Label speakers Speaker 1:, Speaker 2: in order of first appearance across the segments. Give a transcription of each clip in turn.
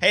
Speaker 1: Hey,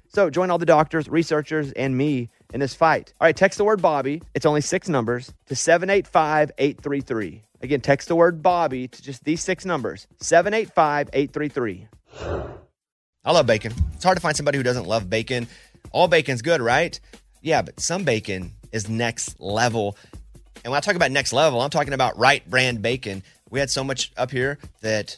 Speaker 1: So join all the doctors, researchers, and me in this fight. All right, text the word Bobby. It's only six numbers to 785 833. Again, text the word Bobby to just these six numbers 785 833. I love bacon. It's hard to find somebody who doesn't love bacon. All bacon's good, right? Yeah, but some bacon is next level. And when I talk about next level, I'm talking about right brand bacon. We had so much up here that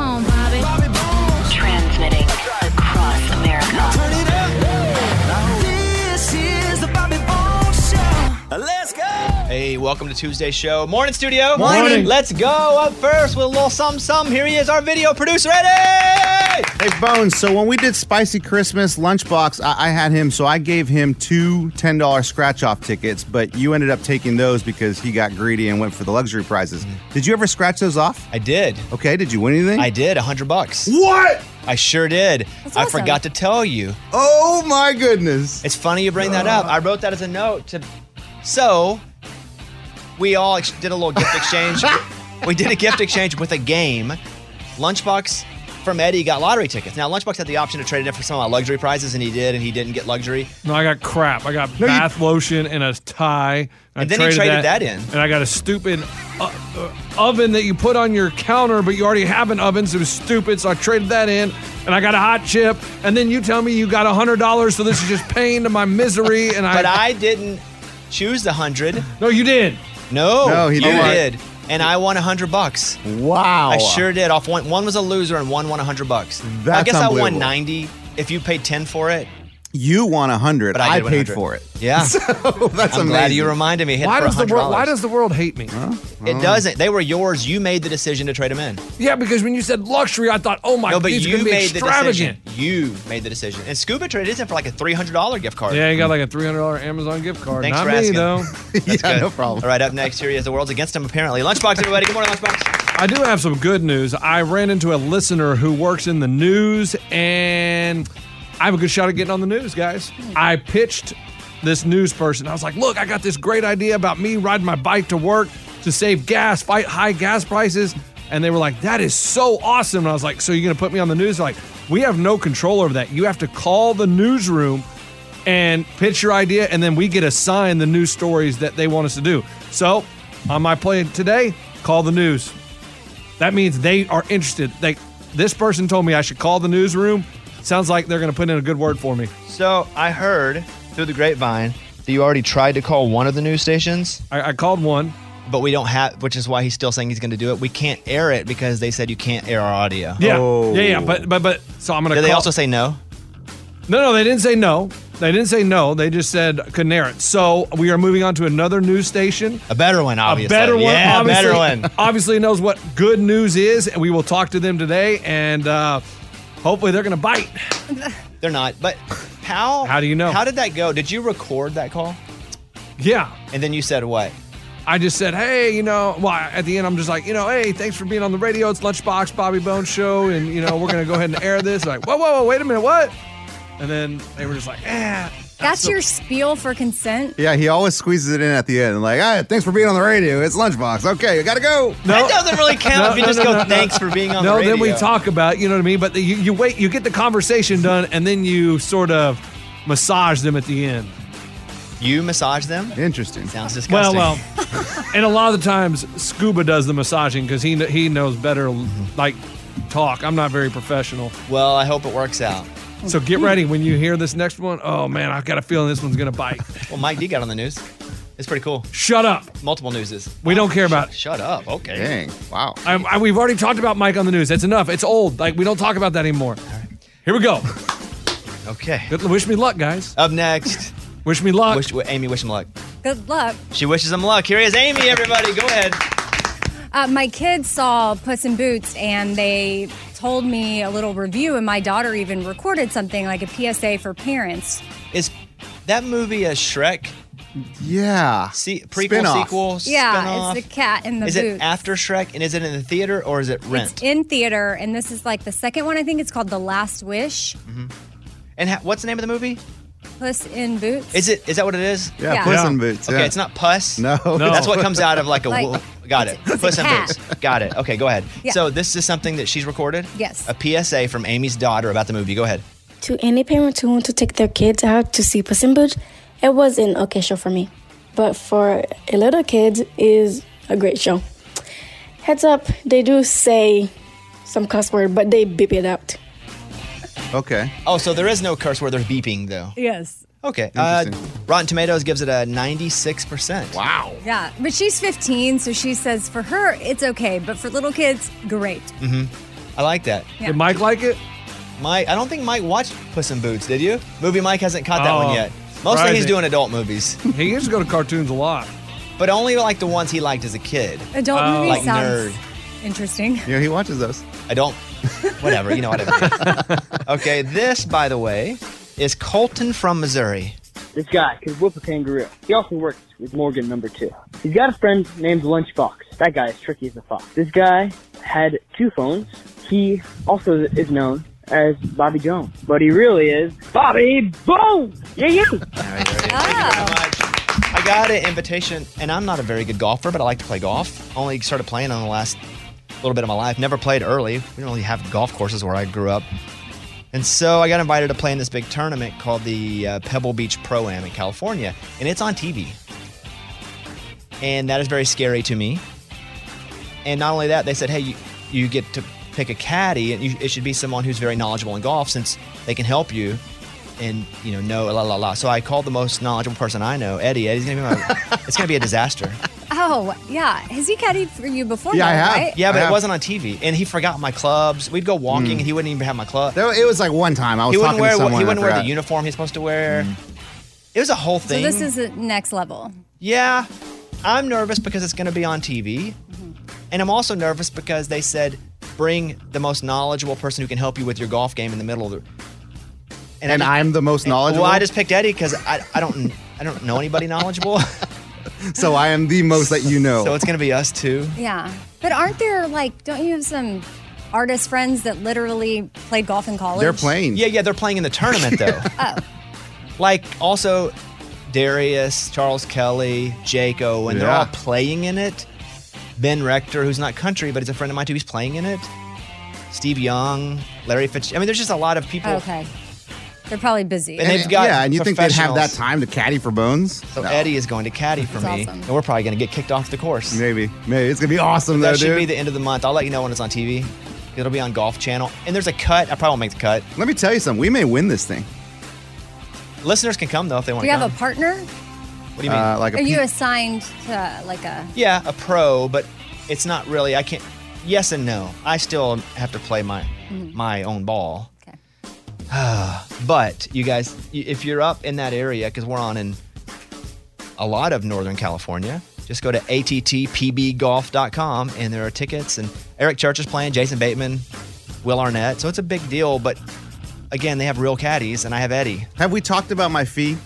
Speaker 2: on, Bobby.
Speaker 3: Transmitting across America.
Speaker 4: This is the Bobby Bones Show. Let's go.
Speaker 1: Hey, welcome to Tuesday's show. Morning, studio.
Speaker 5: Morning.
Speaker 1: Let's go up first with a little something, something. Here he is, our video producer, Eddie.
Speaker 5: Hey, Bones. So when we did Spicy Christmas Lunchbox, I, I had him, so I gave him two $10 scratch off tickets, but you ended up taking those because he got greedy and went for the luxury prizes. Did you ever scratch those off?
Speaker 1: Mm-hmm. I did.
Speaker 5: Okay, did you win anything?
Speaker 1: I did, a hundred bucks.
Speaker 5: What?
Speaker 1: I sure did.
Speaker 2: That's
Speaker 1: I
Speaker 2: awesome.
Speaker 1: forgot to tell you.
Speaker 5: Oh my goodness.
Speaker 1: It's funny you bring that up. I wrote that as a note to. So, we all ex- did a little gift exchange. we did a gift exchange with a game. Lunchbox from Eddie got lottery tickets. Now, Lunchbox had the option to trade it in for some of my luxury prizes, and he did, and he didn't get luxury.
Speaker 6: No, I got crap. I got
Speaker 5: you-
Speaker 6: bath lotion and a tie. I
Speaker 1: And then he traded that in.
Speaker 6: And I got a stupid uh, uh, oven that you put on your counter, but you already have an oven, so it was stupid. So I traded that in, and I got a hot chip. And then you tell me you got a hundred dollars, so this is just pain to my misery. And I,
Speaker 1: But I didn't choose the hundred.
Speaker 6: no, you did.
Speaker 1: No,
Speaker 5: No, he
Speaker 1: you
Speaker 5: didn't.
Speaker 1: did. And I won a hundred bucks.
Speaker 5: wow.
Speaker 1: I sure did. Off one, one was a loser, and one won a hundred bucks. I
Speaker 5: That's
Speaker 1: guess I won
Speaker 5: unbelievable.
Speaker 1: ninety. If you paid ten for it,
Speaker 5: You won 100.
Speaker 1: but I, did win
Speaker 5: paid
Speaker 1: 100.
Speaker 5: for it.
Speaker 1: Yeah,
Speaker 5: Oh, that's amazing.
Speaker 1: I'm
Speaker 5: Oh.
Speaker 1: glad you reminded me. Hit
Speaker 6: Why
Speaker 1: for
Speaker 6: does the
Speaker 1: $100.
Speaker 6: world? Why does the world hate me?
Speaker 1: it doesn't? They were yours. You made the decision to trade them in.
Speaker 6: Yeah, because when you said luxury, I thought, oh my,
Speaker 1: No, but
Speaker 6: these are
Speaker 1: you
Speaker 6: gonna be
Speaker 1: made the decision.
Speaker 6: extravagant.
Speaker 1: You made the decision. And Scuba traded it in for like a three hundred dollar gift card.
Speaker 6: Yeah, you got like a three hundred dollar Amazon gift card.
Speaker 1: Thanks
Speaker 6: Not
Speaker 1: for
Speaker 6: me
Speaker 1: asking.
Speaker 6: though.
Speaker 1: That's
Speaker 5: yeah,
Speaker 1: good.
Speaker 5: no problem.
Speaker 1: All right, up next here he is. The world's against him apparently. Lunchbox, everybody. Good morning, Lunchbox.
Speaker 6: I do have some good news. I ran into a listener who works in the news, and I have a good shot at getting on the news, guys. I pitched this news person. I was like, look, I got this great idea about me riding my bike to work to save gas, fight high gas prices. And they were like, that is so awesome. And I was like, so you're going to put me on the news? They're like, we have no control over that. You have to call the newsroom and pitch your idea, and then we get assigned the news stories that they want us to do. So, on my plan today, call the news. That means they are interested. Like this person told me I should call the newsroom. Sounds like they're going to put in a good word for me.
Speaker 1: So I heard through the grapevine that you already tried to call one of the news stations.
Speaker 6: I, I called one.
Speaker 1: but we don't have, which is why he's still saying he's going to do it. We can't air it because they said you can't air our audio.
Speaker 6: Yeah,
Speaker 5: Oh.
Speaker 6: yeah, yeah. But but but so I'm going to.
Speaker 1: Did
Speaker 6: call,
Speaker 1: they also say no?
Speaker 6: No, no, they didn't say no. They didn't say no. They just said couldn't air it. So we are moving on to another news station.
Speaker 1: A better one, obviously.
Speaker 6: A better one.
Speaker 1: Yeah, a
Speaker 6: obviously,
Speaker 1: better one.
Speaker 6: obviously knows what good news is, and we will talk to them today. And uh, hopefully they're going to bite.
Speaker 1: They're not. But how?
Speaker 6: How do you know?
Speaker 1: How did that go? Did you record that call?
Speaker 6: Yeah.
Speaker 1: And then you said what?
Speaker 6: I just said, hey, you know, well, at the end, I'm just like, you know, hey, thanks for being on the radio. It's Lunchbox Bobby Bones show, and, you know, we're going to go ahead and air this. Like, whoa, whoa, whoa, wait a minute, what? And then they were just like, eh.
Speaker 2: That's your spiel for consent.
Speaker 5: Yeah, he always squeezes it in at the end. Like, ah, thanks for being on the radio. It's lunchbox. Okay, I gotta go.
Speaker 1: That doesn't really count
Speaker 6: No,
Speaker 1: if you
Speaker 6: no,
Speaker 1: just
Speaker 6: no,
Speaker 1: go,
Speaker 6: no, no.
Speaker 1: thanks for being on
Speaker 6: no,
Speaker 1: the radio.
Speaker 6: then we talk about, it, you know what I mean? But you, you wait, you get the conversation done, and then you sort of massage them at the end.
Speaker 1: You massage them?
Speaker 5: Interesting.
Speaker 1: Sounds
Speaker 6: Well,
Speaker 1: disgusting.
Speaker 6: well, and a lot of the times Scuba does the massaging because he kn- he knows better like talk. I'm not very professional,
Speaker 1: Well, I hope it works out.
Speaker 6: so get ready when you hear this next one. Oh man, I've got a feeling this one's gonna bite.
Speaker 1: Well, Mike D got on the news. It's pretty cool.
Speaker 6: Shut up.
Speaker 1: Multiple newses.
Speaker 6: We don't care about.
Speaker 1: Shut up. Okay.
Speaker 5: Dang. Wow.
Speaker 6: I, I, we've already talked about Mike on the news. That's enough. It's old. Like we don't talk about that anymore. Here we go.
Speaker 1: Okay. Uh,
Speaker 6: Good, wish me luck, guys.
Speaker 1: Up next,
Speaker 6: Wish me luck.
Speaker 1: wish, Amy, wish him luck.
Speaker 2: Good luck.
Speaker 1: She wishes him luck. Here is Amy, everybody. Go ahead.
Speaker 2: Uh, my kids saw Puss in Boots and they told me a little review, and my daughter even recorded something like a PSA for parents.
Speaker 1: Is that movie a Shrek
Speaker 5: Yeah.
Speaker 1: se- prequel,
Speaker 5: Spin-off.
Speaker 1: sequel,
Speaker 2: Yeah,
Speaker 1: spinoff?
Speaker 2: it's the cat in the
Speaker 1: Is
Speaker 2: boots.
Speaker 1: it after Shrek and is it in the theater or is it rent?
Speaker 2: It's in theater, and this is like the second one. I think it's called The Last Wish.
Speaker 1: Mm-hmm. and ha- what's the name of the movie?
Speaker 2: Puss in Boots.
Speaker 1: Is it? Is that what it is?
Speaker 5: Yeah.
Speaker 2: Yeah.
Speaker 5: Puss
Speaker 6: Yeah.
Speaker 5: in Boots.
Speaker 1: Okay,
Speaker 5: yeah.
Speaker 1: it's not puss.
Speaker 5: No. No.
Speaker 1: That's what comes out of like a
Speaker 2: Like,
Speaker 1: wolf. Got it.
Speaker 2: it's- it's a
Speaker 1: Puss in
Speaker 2: cat.
Speaker 1: Boots. Got it. Okay, go ahead.
Speaker 2: Yeah.
Speaker 1: So this is something that she's recorded?
Speaker 2: Yes.
Speaker 1: A PSA from Amy's daughter about the movie. Go ahead.
Speaker 7: To any parents who want to take their kids out to see Puss in Boots, it was an okay show for me. But for a little kids, is a great show. Heads up, they do say some cuss word, but they beep it out.
Speaker 5: Okay.
Speaker 1: Oh, so there is no curse where there's beeping though.
Speaker 2: yes.
Speaker 1: Okay. Uh,
Speaker 5: Interesting.
Speaker 1: Rotten Tomatoes gives it a 96%.
Speaker 5: Wow.
Speaker 2: Yeah, but she's 15, so she says for her it's okay, but for little kids, great.
Speaker 1: Mm-hmm. I like that.
Speaker 2: Yeah.
Speaker 6: Did Mike like it?
Speaker 1: Mike, I don't think Mike watched Puss in Boots, did you? Movie Mike hasn't caught that
Speaker 6: Oh,
Speaker 1: one yet. Mostly he's
Speaker 6: surprising.
Speaker 1: doing adult movies,
Speaker 6: He used to go to cartoons a lot.
Speaker 1: but only like the ones he liked as a kid.
Speaker 2: Adult
Speaker 6: Oh.
Speaker 2: movie
Speaker 1: Like
Speaker 2: sounds
Speaker 1: nerd.
Speaker 2: interesting.
Speaker 5: Yeah, he watches those.
Speaker 1: Adult, whatever, you know what I mean. okay, this, by the way, is Colton from Missouri.
Speaker 4: This guy could whoop a kangaroo. He also works with Morgan number two. He's got a friend named Lunchbox. That guy is tricky as a fox. This guy had two phones. He also is known as Bobby Jones, but he really is Bobby Bones. Yeah, yeah.
Speaker 1: I got an invitation, and I'm not a very good golfer, but I like to play golf. Only started playing on the last little bit of my life. Never played early. We didn't really have golf courses where I grew up. And so I got invited to play in this big tournament called the uh, Pebble Beach Pro Am in California, and it's on TV. And that is very scary to me. And not only that, they said, hey, you, you get to pick a caddy, and you, it should be someone who's very knowledgeable in golf since they can help you and you know no la la la. So I called the most knowledgeable person I know, Eddie. Eddie's gonna be my. it's gonna be a disaster.
Speaker 2: Oh, yeah. Has he caddied for you before?
Speaker 5: Yeah,
Speaker 2: though,
Speaker 5: I have.
Speaker 2: Right?
Speaker 1: Yeah, but
Speaker 5: Yeah.
Speaker 1: it wasn't on TV, and he forgot my clubs. We'd go walking, and he wouldn't even have my club.
Speaker 5: There, it was like one time I was
Speaker 1: He wouldn't
Speaker 5: talking
Speaker 1: wear.
Speaker 5: to someone.
Speaker 1: He
Speaker 5: and I
Speaker 1: wouldn't wear the
Speaker 5: forgot. Mm.
Speaker 1: uniform he's supposed to wear. It was a whole
Speaker 2: So
Speaker 1: thing.
Speaker 2: this is the next level.
Speaker 1: yeah, I'm nervous because it's gonna be on TV,
Speaker 5: Mm-hmm.
Speaker 1: and I'm also nervous because they said bring the most knowledgeable person who can help you with your golf game in the middle of the. I
Speaker 5: And
Speaker 1: just-
Speaker 5: I'm the most knowledgeable.
Speaker 1: Well, I just picked Eddie because I, I don't I don't know anybody knowledgeable.
Speaker 5: so I am the most that you know.
Speaker 1: So it's gonna be us too.
Speaker 2: Yeah. But aren't there like, don't you have some artist friends that literally played golf in college?
Speaker 5: They're playing.
Speaker 1: Yeah, yeah, they're playing in the tournament though.
Speaker 2: Oh,
Speaker 1: like also Darius, Charles Kelly, Jake Owen, they're
Speaker 5: Yeah.
Speaker 1: all playing in it. Ben Rector, who's not country, but he's a friend of mine too, he's playing in it. Steve Young, Larry Fitz. I mean, there's just a lot of people.
Speaker 2: okay. They're probably busy.
Speaker 1: And they've got
Speaker 5: yeah, and you think they'd have that
Speaker 1: professionals.
Speaker 5: time to caddy for Bones?
Speaker 1: So
Speaker 5: No.
Speaker 1: Eddie is going to caddy for
Speaker 2: That's
Speaker 1: me,
Speaker 2: awesome.
Speaker 1: and we're probably going to get kicked off the course.
Speaker 5: Maybe. Maybe. It's going to be awesome,
Speaker 1: that
Speaker 5: though,
Speaker 1: should
Speaker 5: dude.
Speaker 1: be the end of the month. I'll let you know when it's on TV. It'll be on Golf Channel, and there's a cut. I probably won't make the cut.
Speaker 5: Let me tell you something. We may win this thing.
Speaker 1: Listeners can come though if they want
Speaker 2: Do you
Speaker 1: to come.
Speaker 2: have a partner?
Speaker 1: what do you mean?
Speaker 5: Uh, like a
Speaker 2: Are you
Speaker 5: pe-
Speaker 2: assigned to like a.
Speaker 1: Yeah, a pro, but it's not really. I can't. Yes and no. I still have to play my
Speaker 2: mm-hmm.
Speaker 1: my own ball.
Speaker 2: Mm. Okay.
Speaker 1: But you guys, y- if you're up in that area, because we're on in a lot of Northern California, just go to attpbgolf.com and there are tickets. And Eric Church is playing, Jason Bateman, Will Arnett. So it's a big deal. But again, they have real caddies, and I have Eddie.
Speaker 5: have we talked about my fee?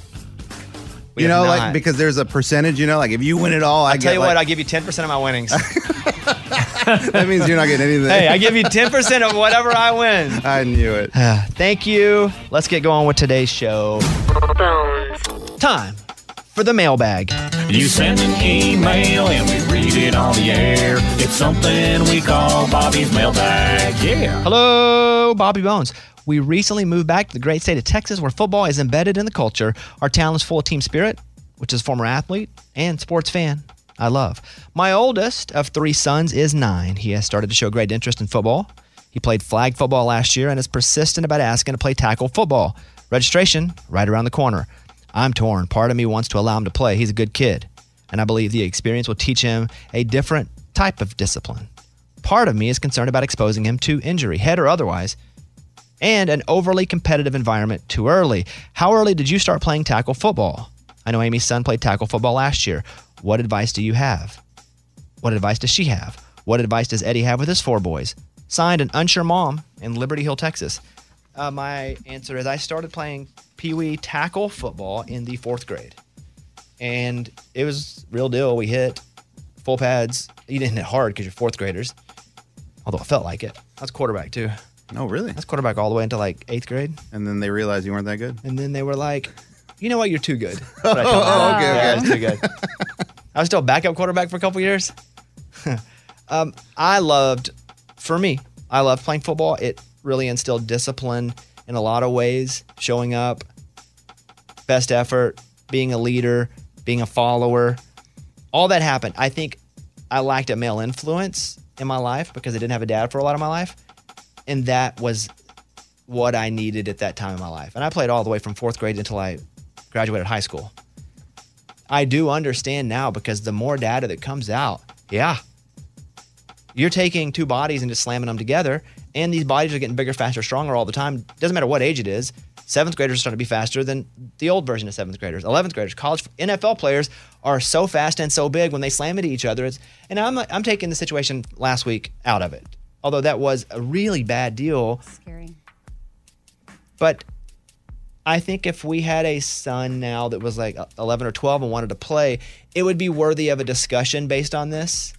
Speaker 1: We
Speaker 5: you
Speaker 1: have
Speaker 5: know,
Speaker 1: not.
Speaker 5: like because there's a percentage. You know, like if you win it all, I
Speaker 1: I'll tell
Speaker 5: get.
Speaker 1: you what, I'll
Speaker 5: like,
Speaker 1: give you 10% of my winnings.
Speaker 5: that means you're not getting anything.
Speaker 1: hey, I give you 10% of whatever I win.
Speaker 5: I knew it.
Speaker 1: Ah, Thank you. Let's get going with today's show.
Speaker 8: Bones.
Speaker 1: Time for the mailbag.
Speaker 9: You send an email and we read it on the air. It's something we call Bobby's mailbag. Yeah.
Speaker 1: Hello, Bobby Bones. We recently moved back to the great state of Texas where football is embedded in the culture. Our town is full of team spirit, which is a former athlete and sports fan. I love. My oldest of three sons is nine. He has started to show great interest in football. He played flag football last year and is persistent about asking to play tackle football. Registration right around the corner. I'm torn. Part of me wants to allow him to play. He's a good kid, and I believe the experience will teach him a different type of discipline. Part of me is concerned about exposing him to injury, head or otherwise, and an overly competitive environment too early. How early did you start playing tackle football? I know Amy's son played tackle football last year. What advice do you have? What advice does she have? What advice does Eddie have with his four boys? Signed an unsure mom in Liberty Hill, Texas. Uh, my answer is I started playing Pee Wee tackle football in the fourth grade. And it was real deal. We hit full pads. You didn't hit hard because you're fourth graders, although it felt like it. I was quarterback too.
Speaker 5: Oh, really?
Speaker 1: I was quarterback all the way into like eighth grade.
Speaker 5: And then they realized you weren't that good.
Speaker 1: And then they were like, you know what? You're too good.
Speaker 5: Oh, okay, okay.
Speaker 1: Yeah, it's too good. I was still backup quarterback for a couple years. um, I loved, for me, I loved playing football. It really instilled discipline in a lot of ways, showing up, best effort, being a leader, being a follower. All that happened. I think I lacked a male influence in my life because I didn't have a dad for a lot of my life. And that was what I needed at that time in my life. And I played all the way from fourth grade until I graduated high school. I do understand now because the more data that comes out, yeah, you're taking two bodies and just slamming them together, and these bodies are getting bigger, faster, stronger all the time. Doesn't matter what age it is. Seventh graders are starting to be faster than the old version of seventh graders. Eleventh graders, college NFL players are so fast and so big when they slam into each other. It's and I'm I'm taking the situation last week out of it, although that was a really bad deal.
Speaker 2: Scary.
Speaker 1: But I think if we had a son now that was like 11 or 12 and wanted to play, it would be worthy of a discussion based on this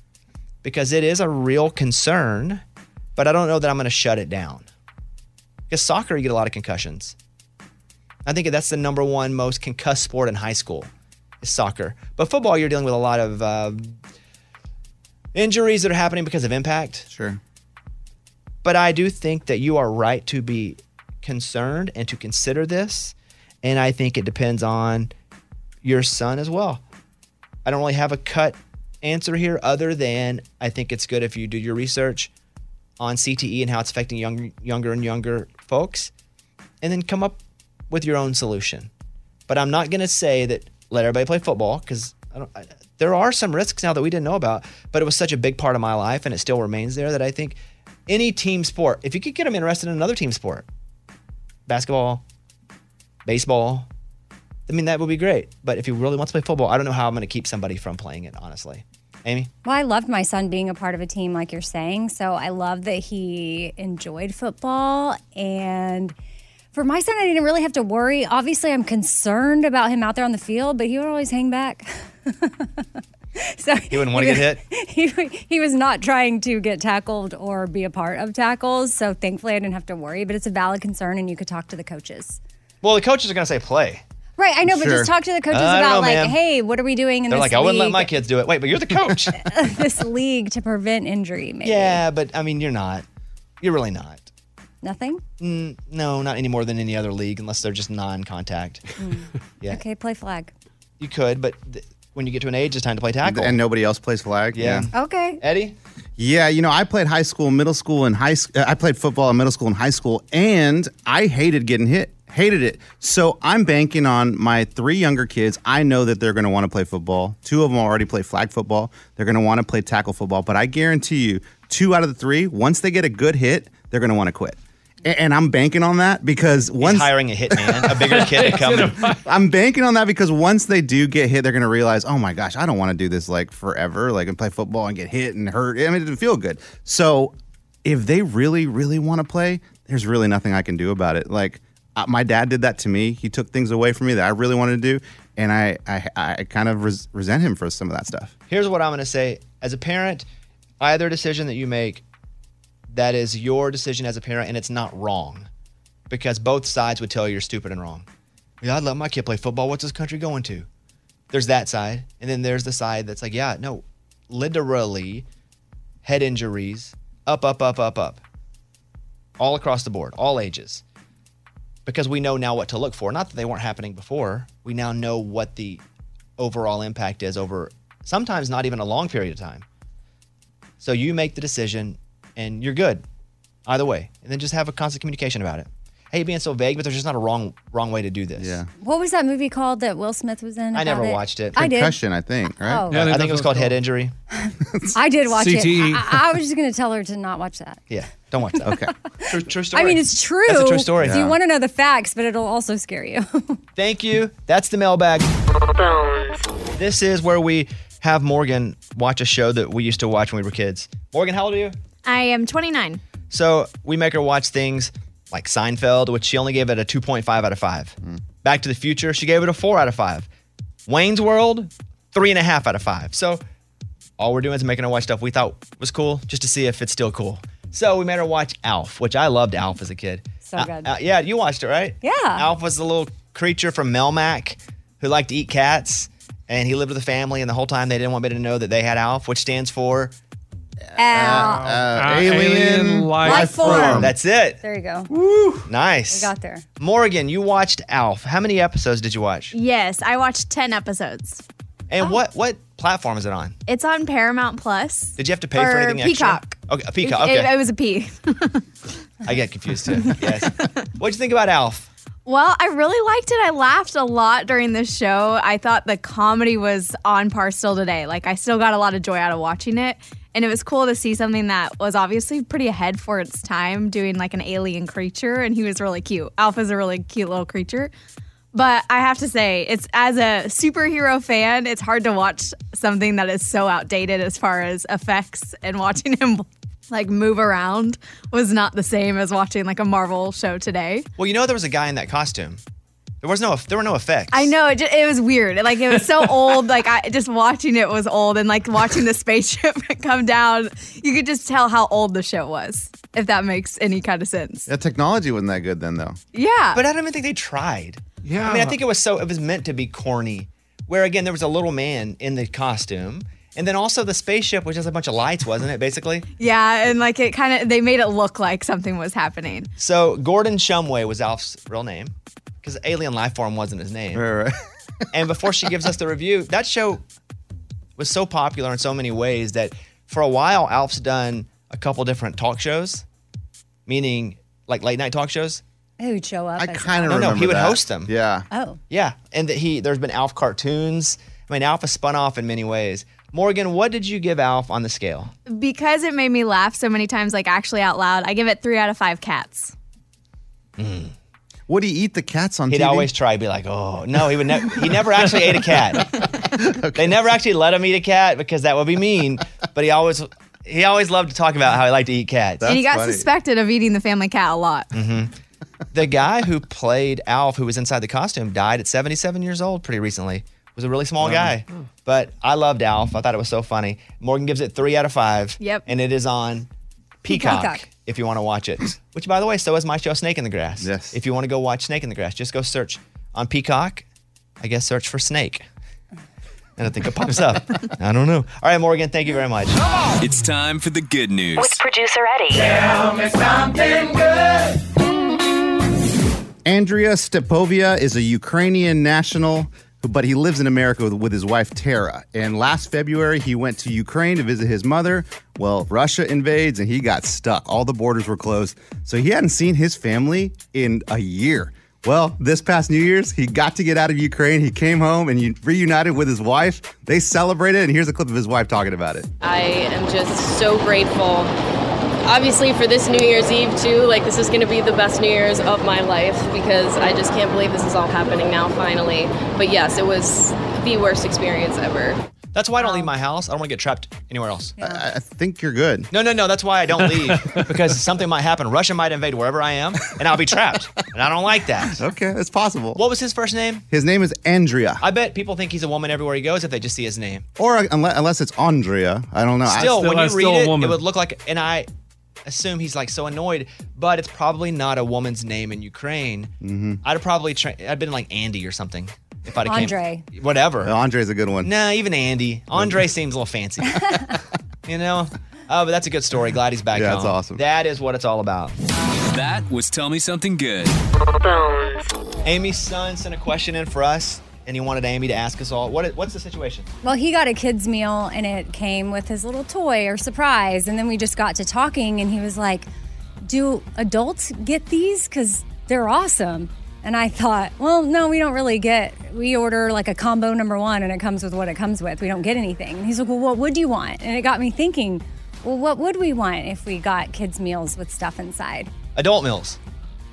Speaker 1: because it is a real concern, but I don't know that I'm going to shut it down. Because soccer, you get a lot of concussions. I think that's the number one most concussed sport in high school is soccer. But football, you're dealing with a lot of uh, injuries that are happening because of impact.
Speaker 5: Sure.
Speaker 1: But I do think that you are right to be concerned and to consider this. And I think it depends on your son as well. I don't really have a cut answer here other than I think it's good if you do your research on CTE and how it's affecting young, younger and younger folks and then come up with your own solution. But I'm not going to say that let everybody play football because I don't. I, there are some risks now that we didn't know about, but it was such a big part of my life and it still remains there that I think any team sport, if you could get them interested in another team sport, basketball, baseball, I mean, that would be great. But if you really want to play football, I don't know how I'm going to keep somebody from playing it, honestly. Amy?
Speaker 2: Well, I loved my son being a part of a team, like you're saying. So I love that he enjoyed football. And for my son, I didn't really have to worry. Obviously, I'm concerned about him out there on the field, but he would always hang back. so
Speaker 1: He wouldn't want to get hit.
Speaker 2: he, he was not trying to get tackled or be a part of tackles. So thankfully, I didn't have to worry, but it's a valid concern, and you could talk to the coaches.
Speaker 1: Well, the coaches are going to say play.
Speaker 2: Right, I know, but
Speaker 5: Sure.
Speaker 2: just talk to the coaches
Speaker 1: I don't
Speaker 2: about
Speaker 1: know,
Speaker 2: like,
Speaker 1: man.
Speaker 2: hey, what are we doing in
Speaker 1: They're
Speaker 2: this
Speaker 1: like,
Speaker 2: league?
Speaker 1: I wouldn't let my kids do it. Wait, but you're the coach.
Speaker 2: this league to prevent injury, maybe.
Speaker 1: yeah, but I mean, you're not. You're really not. Mm,
Speaker 2: Nothing?
Speaker 1: No, not any more than any other league, unless they're just non contact. Hmm. Yeah.
Speaker 2: Okay, play flag.
Speaker 1: You could, but th- when you get to an age, it's time to play tackle.
Speaker 5: And nobody else plays flag.
Speaker 1: yeah.
Speaker 2: Okay.
Speaker 1: Eddie?
Speaker 5: Yeah, you know, I played high school, middle school, and high. sc- uh, I played football in middle school and high school, and I hated getting hit. Hated it. So I'm banking on my three younger kids. I know that they're going to want to play football. Two of them already play flag football. They're going to want to play tackle football. But I guarantee you, two out of the three, once they get a good hit, they're going to want to quit. A- And I'm banking on that because
Speaker 1: He's
Speaker 5: once
Speaker 1: hiring a hitman, a bigger kid to come. and-
Speaker 5: I'm banking on that because once they do get hit, they're going to realize, oh my gosh, I don't want to do this like forever, like and play football and get hit and hurt. I mean, it doesn't feel good. So if they really, really want to play, there's really nothing I can do about it. Like uh, my dad did that to me. He took things away from me that I really wanted to do. And I, I, I kind of res- resent him for some of that stuff.
Speaker 1: here's what I'm going to say as a parent, either decision that you make, that is your decision as a parent, and it's not wrong because both sides would tell you you're stupid and wrong. Yeah, I'd let my kid play football. What's this country going to? There's that side. And then there's the side that's like, yeah, no, literally head injuries up, up, up, up, up, all across the board, all ages. because we know now what to look for. Not that they weren't happening before. We now know what the overall impact is over sometimes not even a long period of time. So you make the decision and you're good either way. And then just have a constant communication about it. Hey, you're being so vague, but there's just not a wrong wrong way to do this. Yeah.
Speaker 2: What was that movie called that Will Smith was in?
Speaker 1: I never
Speaker 2: about
Speaker 1: watched it.
Speaker 2: I did.
Speaker 5: I think,
Speaker 2: right? Oh.
Speaker 1: I think it was called head injury.
Speaker 2: I did watch it.
Speaker 1: CTE.
Speaker 2: I, I was just going to tell her to not watch that.
Speaker 1: Yeah. Don't watch that. okay. True, true story.
Speaker 2: I mean, it's true.
Speaker 1: That's a true story.
Speaker 2: You want to know the facts, but it'll also scare you.
Speaker 1: Thank you. That's the mailbag. This is where we have Morgan watch a show that we used to watch when we were kids. Morgan, how old are you?
Speaker 10: I am 29.
Speaker 1: So we make her watch things like Seinfeld, which she only gave it a 2.5 out of 5. Back to the Future, she gave it a 4 out of 5. Wayne's World, 3.5 out of 5. So all we're doing is making her watch stuff we thought was cool just to see if it's still cool. So we made her watch Alf, which I loved Alf as a kid.
Speaker 2: So
Speaker 1: Uh,
Speaker 2: good.
Speaker 1: uh, yeah, you watched it, right?
Speaker 2: Yeah.
Speaker 1: Alf was the little creature from Melmac who liked to eat cats, and he lived with a family, and the whole time they didn't want me to know that they had Alf, which stands for
Speaker 2: Ow.
Speaker 1: uh,
Speaker 6: alien life
Speaker 2: Life form. form.
Speaker 1: That's it.
Speaker 2: There you go.
Speaker 1: Nice.
Speaker 2: We got there.
Speaker 1: Morgan, you watched Alf. How many episodes did you watch?
Speaker 10: Yes, I watched 10 episodes.
Speaker 1: And what what platform is it on?
Speaker 10: It's on Paramount Plus.
Speaker 1: Did you have to pay for,
Speaker 10: Or
Speaker 1: anything
Speaker 10: Peacock.
Speaker 1: extra? Okay, Peacock.
Speaker 10: It- It,
Speaker 1: Okay,
Speaker 10: was a P.
Speaker 1: I get confused too. yes. What'd you think about Alf?
Speaker 10: Well, I really liked it. I laughed a lot during the show. I thought the comedy was on par still today. Like, I still got a lot of joy out of watching it. And it was cool to see something that was obviously pretty ahead for its time, doing like an alien creature. And he was really cute. Alpha's a really cute little creature. But I have to say, it's as a superhero fan, it's hard to watch something that is so outdated as far as effects and watching him like move around was not the same as watching like a Marvel show today.
Speaker 1: Well, you know there was a guy in that costume. There was no there were no effects.
Speaker 10: I know it. Just, it was weird. Like it was so old. Like I just watching it was old, and like watching the spaceship come down, you could just tell how old the show was. If that makes any kind of sense.
Speaker 5: That technology wasn't that good then, though.
Speaker 10: Yeah.
Speaker 1: But I don't even think they tried.
Speaker 6: Yeah.
Speaker 1: I mean, I think it was so it was meant to be corny. Where again, there was a little man in the costume, and then also the spaceship was just a bunch of lights, wasn't it? Basically.
Speaker 10: Yeah, and like it kind of they made it look like something was happening.
Speaker 1: So Gordon Shumway was Alf's real name because Alien Life Form wasn't his name. and before she gives us the review, that show was so popular in so many ways that for a while Alf's done a couple different talk shows, meaning like late night talk shows.
Speaker 2: Who would show up?
Speaker 5: I
Speaker 2: as-
Speaker 5: kind of
Speaker 1: No, no,
Speaker 5: remember
Speaker 1: he would
Speaker 5: that.
Speaker 1: host them.
Speaker 5: Yeah.
Speaker 2: Oh,
Speaker 1: Yeah, and that he there's been Alf cartoons. I mean, Alf has spun off in many ways. Morgan, what did you give Alf on the scale?
Speaker 10: Because it made me laugh so many times, like actually out loud, I give it three out of five cats.
Speaker 5: Would he eat the cats on
Speaker 1: He'd
Speaker 5: TV?
Speaker 1: always try to be like, oh no, he would never. He never actually ate a cat. They never actually let him eat a cat because that would be mean. But he always he always loved to talk about how he liked to eat cats.
Speaker 10: and he
Speaker 5: That's
Speaker 10: got
Speaker 5: funny.
Speaker 10: suspected of eating the family cat a lot.
Speaker 1: Mm-hmm. the guy who played Alf, who was inside the costume, died at 77 years old pretty recently. Was a really small guy, but I loved Alf. I thought it was so funny. Morgan gives it three out of five.
Speaker 10: Yep.
Speaker 1: And it is on Peacock,
Speaker 2: Peacock.
Speaker 1: if you want to watch it. Which, by the way, so is my show Snake in the Grass.
Speaker 5: Yes.
Speaker 1: If you want to go watch Snake in the Grass, just go search on Peacock. I guess search for Snake. And I think it pops up. I don't know. All right, Morgan, thank you very much.
Speaker 11: It's time for the good news.
Speaker 12: With producer Eddie.
Speaker 5: Andrea Stepovia is a Ukrainian national, but he lives in America with, with his wife Tara. And last February, he went to Ukraine to visit his mother. Well, Russia invades and he got stuck. All the borders were closed. So he hadn't seen his family in a year. Well, this past New Year's, he got to get out of Ukraine. He came home and he reunited with his wife. They celebrated, and here's a clip of his wife talking about it.
Speaker 13: I am just so grateful. Obviously, for this New Year's Eve, too, like this is going to be the best New Year's of my life because I just can't believe this is all happening now, finally. But yes, it was the worst experience ever.
Speaker 1: That's why I don't leave my house. I don't want to get trapped anywhere else.
Speaker 5: I, I think you're good.
Speaker 1: No, no, no. That's why I don't leave because something might happen. Russia might invade wherever I am, and I'll be trapped. And I don't like that.
Speaker 5: Okay, it's possible.
Speaker 1: What was his first name?
Speaker 5: his name is Andrea,
Speaker 1: I bet people think he's a woman everywhere he goes if they just see his name.
Speaker 5: or uh, unless, unless it's Andrea. I don't know. I-
Speaker 1: Still,
Speaker 6: still-
Speaker 1: when you
Speaker 6: that's
Speaker 1: read
Speaker 6: still a
Speaker 1: it,
Speaker 6: woman.
Speaker 1: it would look like, and I assume he's like so annoyed, but it's probably not a woman's name in Ukraine.
Speaker 5: Mm-hmm.
Speaker 1: I'd have probably, tra- I'd been like Andy or something if I'd have
Speaker 2: Andre.
Speaker 1: Came, whatever.
Speaker 5: Andre's a good one.
Speaker 1: Nah, even Andy. Andre seems a little fancy. you know? Oh, but that's a good story. Glad he's back
Speaker 5: Yeah,
Speaker 1: home.
Speaker 5: that's awesome.
Speaker 1: That is what it's all about.
Speaker 14: That was Tell Me Something Good.
Speaker 1: Amy's son sent a question in for us, and he wanted Amy to ask us all what, what's the situation?
Speaker 2: Well, he got a kids meal and it came with his little toy or surprise, and then we just got to talking, and he was like, "Do adults get these? Because they're awesome." And I thought, well, no, we don't really get. We order like a combo number one, and it comes with what it comes with. We don't get anything. And he's like, "Well, what would you want?" And it got me thinking, well, what would we want if we got kids meals with stuff inside?
Speaker 1: Adult meals.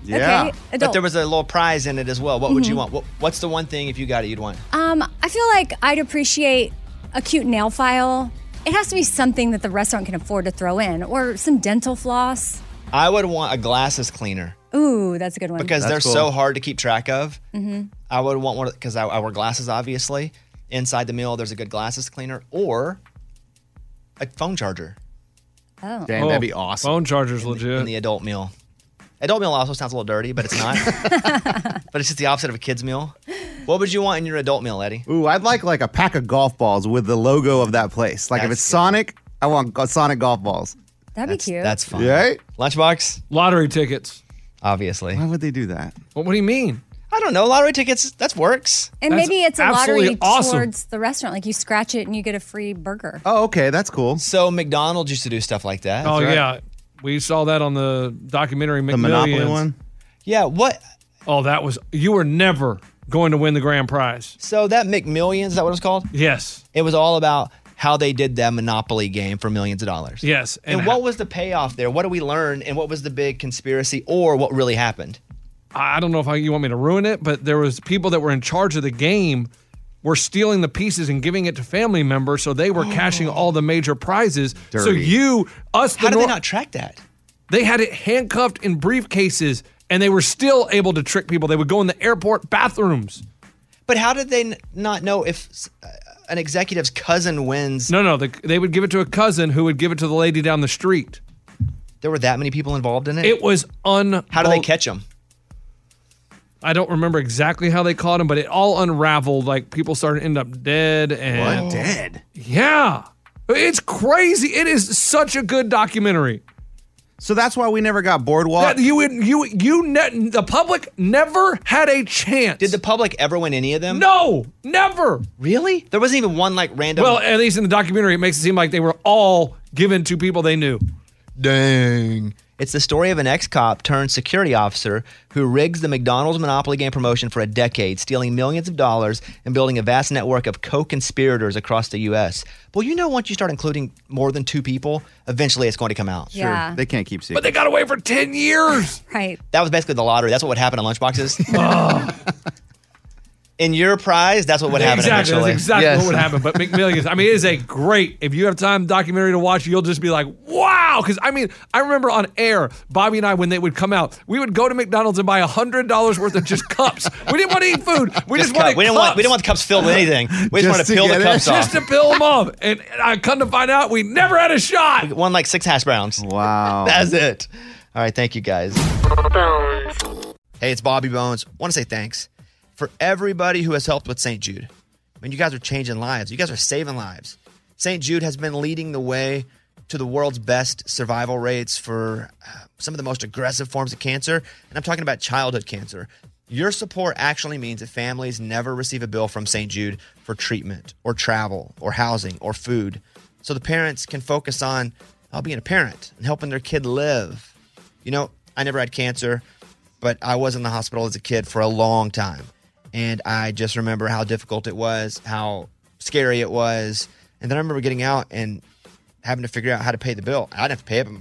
Speaker 2: Yeah. Okay,
Speaker 1: But
Speaker 2: adult.
Speaker 1: there was a little prize in it as well. What would you
Speaker 2: Mhm.
Speaker 1: want? What, what's the one thing if you got it you'd want?
Speaker 2: Um, I feel like I'd appreciate a cute nail file. It has to be something that the restaurant can afford to throw in, or some dental floss.
Speaker 1: I would want a glasses cleaner
Speaker 2: Ooh, that's a good one.
Speaker 1: because they're so hard to keep track of.
Speaker 2: hmm
Speaker 1: I would want one because I, I wear glasses, obviously. Inside the meal, there's a good glasses cleaner or a phone charger.
Speaker 2: Oh.
Speaker 1: Damn, that'd be
Speaker 6: awesome. Phone charger's legit.
Speaker 1: in the adult meal. Adult meal also sounds a little dirty, but it's not. but it's just the opposite of a kid's meal. What would you want in your adult meal, Eddie?
Speaker 5: Ooh, I'd like like a pack of golf balls with the logo of that place. Like if it's Sonic, I want go- Sonic golf balls.
Speaker 2: That'd be cute.
Speaker 1: That's fun.
Speaker 5: Yeah.
Speaker 1: Lunchbox?
Speaker 6: Lottery tickets.
Speaker 1: Obviously.
Speaker 5: Why would they do that?
Speaker 6: What, what do you mean?
Speaker 1: I don't know. Lottery tickets, that's works.
Speaker 2: And maybe it's a
Speaker 1: absolutely
Speaker 2: lottery
Speaker 1: awesome.
Speaker 2: towards the restaurant. Like you scratch it and you get a free burger.
Speaker 5: Oh, okay. That's cool.
Speaker 1: So McDonald's used to do stuff like that.
Speaker 6: oh
Speaker 1: That's right.
Speaker 6: yeah, we saw that on the documentary. The
Speaker 1: Monopoly one? Yeah. What?
Speaker 6: Oh, that was you were never going to win the grand prize.
Speaker 1: So that McMillions, is that what it's called?
Speaker 6: Yes.
Speaker 1: It was all about how they did that Monopoly game for millions of dollars.
Speaker 6: Yes.
Speaker 1: And, what was the payoff there? What did we learn? And what was the big conspiracy or what really happened?
Speaker 6: I I don't know if I, you want me to ruin it, but there was people that were in charge of the game were stealing the pieces and giving it to family members, so they were cashing all the major prizes. So
Speaker 1: Oh. Dirty.
Speaker 6: you, us, the
Speaker 1: How did
Speaker 6: nor-
Speaker 1: they not track that?
Speaker 6: They had it handcuffed in briefcases, and they were still able to trick people. They would go in the airport bathrooms.
Speaker 1: But how did they n- not know if s- uh, an executive's cousin wins?
Speaker 6: No, no, they, they would give it to a cousin who would give it to the lady down the street.
Speaker 1: There were that many people involved in it.
Speaker 6: It was un. oh,
Speaker 1: How do they catch them?
Speaker 6: I don't remember exactly how they caught him, but it all unraveled. Like people started to end up dead and
Speaker 1: What? Dead?
Speaker 6: Yeah, it's crazy. It is such a good documentary.
Speaker 5: So that's why we never got Boardwalk.
Speaker 6: you would- you you ne- the public never had a chance. Did
Speaker 1: the public ever win any of them?
Speaker 6: No, never.
Speaker 1: Really? There wasn't even one like random.
Speaker 6: Well, eh, at least in the documentary, it makes it seem like they were all given to people they knew.
Speaker 1: Dang. It's the story of an ex cop turned security officer who rigs the McDonald's Monopoly game promotion for a decade, stealing millions of dollars and building a vast network of co conspirators across the U.S. Well, you know, once you start including more than two people, eventually it's going to come out.
Speaker 2: Sure. Yeah. They
Speaker 5: can't keep
Speaker 6: But they got away for ten years.
Speaker 2: Right.
Speaker 1: That was basically the lottery. That's what would happen in lunchboxes. in your prize, that's what would happen
Speaker 6: exactly,
Speaker 1: eventually.
Speaker 6: That's exactly what would happen. But McMillions, I mean, it is a great. If you have time documentary to watch, you'll just be like, wow. Because I mean, I remember on air, Bobby and I, when they would come out, we would go to McDonald's and buy hundred dollars worth of just cups. we didn't want to eat food. We just,
Speaker 1: cup.
Speaker 6: wanted.
Speaker 1: we didn't
Speaker 6: cups.
Speaker 1: want we didn't want the cups filled with anything. We just, wanted to peel the cups
Speaker 6: Just
Speaker 1: off.
Speaker 6: to peel them off. And, and I come to find out, we never had a shot.
Speaker 1: We won like six hash browns.
Speaker 5: Wow.
Speaker 1: That's it. All right, thank you guys. Hey, it's Bobby Bones. Want to say thanks for everybody who has helped with St. Jude. I mean, you guys are changing lives. You guys are saving lives. St. Jude has been leading the way to the world's best survival rates for uh, some of the most aggressive forms of cancer, and I'm talking about childhood cancer. Your support actually means that families never receive a bill from St. Jude for treatment or travel or housing or food. So the parents can focus on uh, being a parent and helping their kid live. You know, I never had cancer, but I was in the hospital as a kid for a long time. And I just remember how difficult it was, how scary it was. And then I remember getting out and having to figure out how to pay the bill. I didn't have to pay it, but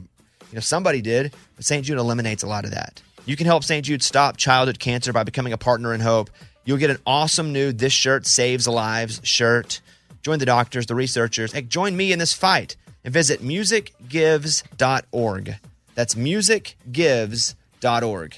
Speaker 1: you know, somebody did. But St. Jude eliminates a lot of that. You can help St. Jude stop childhood cancer by becoming a partner in hope. You'll get an awesome new This Shirt Saves Lives shirt. Join the doctors, the researchers, and join me in this fight and visit musicgives.org. That's musicgives.org.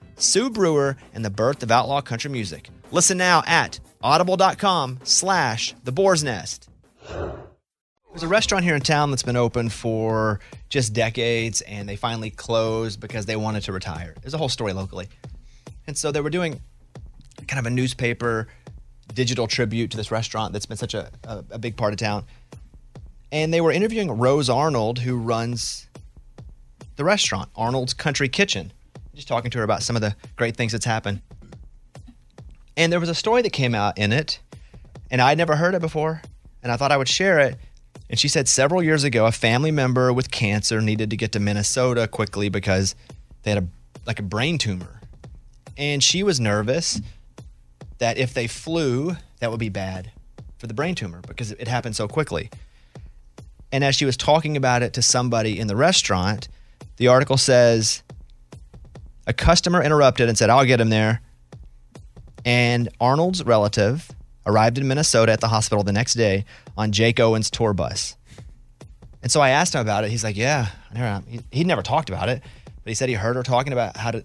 Speaker 1: Sue Brewer and the birth of outlaw country music. Listen now at audible.com slash the boar's nest. There's a restaurant here in town that's been open for just decades and they finally closed because they wanted to retire. There's a whole story locally. And so they were doing kind of a newspaper digital tribute to this restaurant that's been such a, a, a big part of town. And they were interviewing Rose Arnold, who runs the restaurant, Arnold's Country Kitchen. Just talking to her about some of the great things that's happened. And there was a story that came out in it, and I'd never heard it before, and I thought I would share it. And she said several years ago, a family member with cancer needed to get to Minnesota quickly because they had a like a brain tumor. And she was nervous that if they flew, that would be bad for the brain tumor because it happened so quickly. And as she was talking about it to somebody in the restaurant, the article says a customer interrupted and said, I'll get him there. And Arnold's relative arrived in Minnesota at the hospital the next day on Jake Owens' tour bus. And so I asked him about it. He's like, Yeah, I never, he, he'd never talked about it, but he said he heard her talking about how to,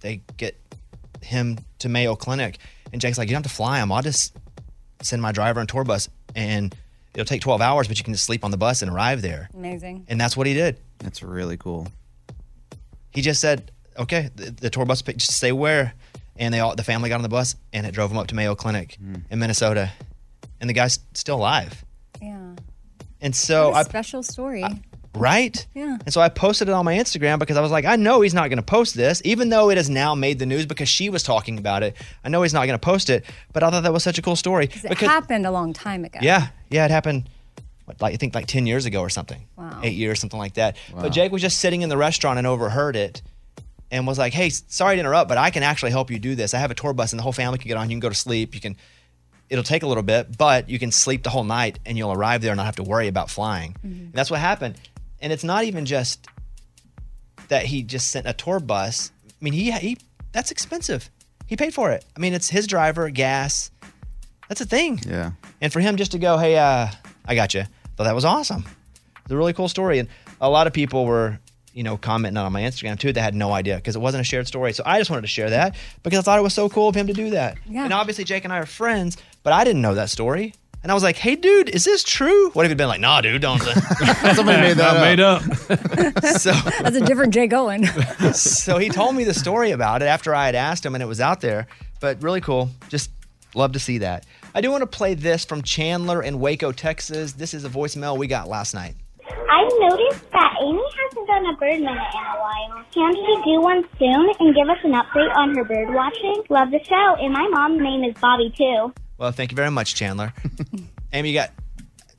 Speaker 1: they get him to Mayo Clinic. And Jake's like, You don't have to fly him. I'll just send my driver and tour bus, and it'll take 12 hours, but you can just sleep on the bus and arrive there.
Speaker 2: Amazing.
Speaker 1: And that's what he did.
Speaker 5: That's really cool.
Speaker 1: He just said, okay, the, the tour bus picked, just say where. And they all, the family got on the bus and it drove them up to Mayo Clinic
Speaker 5: Hmm.
Speaker 1: in Minnesota. And the guy's still alive.
Speaker 2: Yeah.
Speaker 1: And so
Speaker 2: What a
Speaker 1: I,
Speaker 2: special story.
Speaker 1: right?
Speaker 2: yeah.
Speaker 1: And so I posted it on my Instagram because I was like, I know he's not going to post this, even though it has now made the news because she was talking about it. I know he's not going to post it, but I thought that was such a cool story.
Speaker 2: 'Cause it happened a long time ago.
Speaker 1: Yeah, yeah, it happened. What, like I think like ten years ago or something.
Speaker 2: Wow.
Speaker 1: Eight years, something like that.
Speaker 2: Wow.
Speaker 1: But Jake was just sitting in the restaurant and overheard it, and was like, "Hey, s- sorry to interrupt, but I can actually help you do this. I have a tour bus, and the whole family can get on. You can go to sleep. You can. It'll take a little bit, but you can sleep the whole night, and you'll arrive there and not have to worry about flying. And that's what happened. And it's not even just that he just sent a tour bus. I mean, he he that's expensive. He paid for it. I mean, it's his driver, gas. That's a thing.
Speaker 5: Yeah.
Speaker 1: And for him just to go, hey, uh, I got you. Thought that was awesome. It's a really cool story. And a lot of people were, you know, commenting on my Instagram too that had no idea because it wasn't a shared story. So I just wanted to share that because I thought it was so cool of him to do that. Yeah. And obviously Jake and I are friends, but I didn't know that story. And I was like, hey, dude, is this true? What if he'd been like, nah, dude, don't. Somebody
Speaker 6: made that Made up.
Speaker 1: so
Speaker 2: That's a different Jay Owen.
Speaker 1: so he told me the story about it after I had asked him and it was out there. But really cool. Just love to see that. I do want to play this from Chandler in Waco, Texas. This is a voicemail we got last night.
Speaker 4: I noticed that Amy hasn't done a bird minute in a while. Can she do one soon and give us an update on her bird watching? Love the show, and my mom's name is Bobby too.
Speaker 1: Well, thank you very much, Chandler. Amy got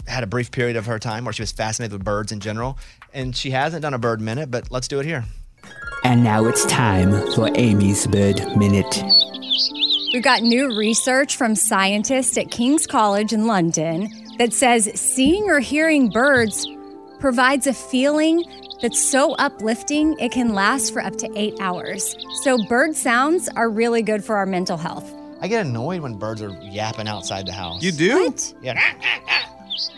Speaker 1: had a brief period of her time where she was fascinated with birds in general, and she hasn't done a bird minute, but let's do it here.
Speaker 15: And now it's time for Amy's Bird Minute.
Speaker 2: We've got new research from scientists at King's College in London that says seeing or hearing birds provides a feeling that's so uplifting it can last for up to eight hours. So, bird sounds are really good for our mental health.
Speaker 1: I get annoyed when birds are yapping outside the house.
Speaker 5: You do?
Speaker 1: Yeah.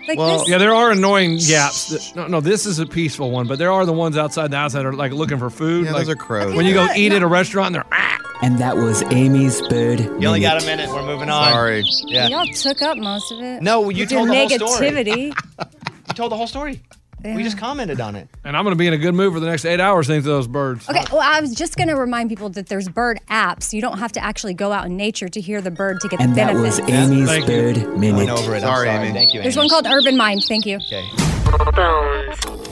Speaker 2: Like
Speaker 6: well,
Speaker 2: this.
Speaker 6: yeah, there are annoying yaps. that- No, no, this is a peaceful one, but there are the ones outside the house that are like looking for food.
Speaker 15: Yeah,
Speaker 6: like,
Speaker 15: those are crows.
Speaker 6: When you go
Speaker 15: Okay,
Speaker 6: eat
Speaker 15: no.
Speaker 6: at a restaurant, they're "Ah,
Speaker 15: And that was Amy's bird.
Speaker 1: You only got a minute. We're moving on.
Speaker 15: Sorry.
Speaker 1: Yeah.
Speaker 2: Y'all took up most of it.
Speaker 1: No, you
Speaker 2: With your
Speaker 1: told the whole story.
Speaker 2: negativity.
Speaker 1: You told the whole story.
Speaker 2: Yeah.
Speaker 1: We just commented on it.
Speaker 6: And I'm going to be in a good mood for the next eight hours thanks to those birds.
Speaker 2: Okay, well, I was just going to remind people that there's bird apps. You don't have to actually go out in nature to hear the bird to get
Speaker 15: And
Speaker 2: the
Speaker 15: that
Speaker 2: benefits.
Speaker 15: was Amy's bird minute.
Speaker 1: Went over it. I'm
Speaker 15: Sorry,
Speaker 1: sorry.
Speaker 15: Amy.
Speaker 1: Thank you,
Speaker 2: There's
Speaker 1: Amy.
Speaker 2: one called Urban Mind. Thank you.
Speaker 1: Okay.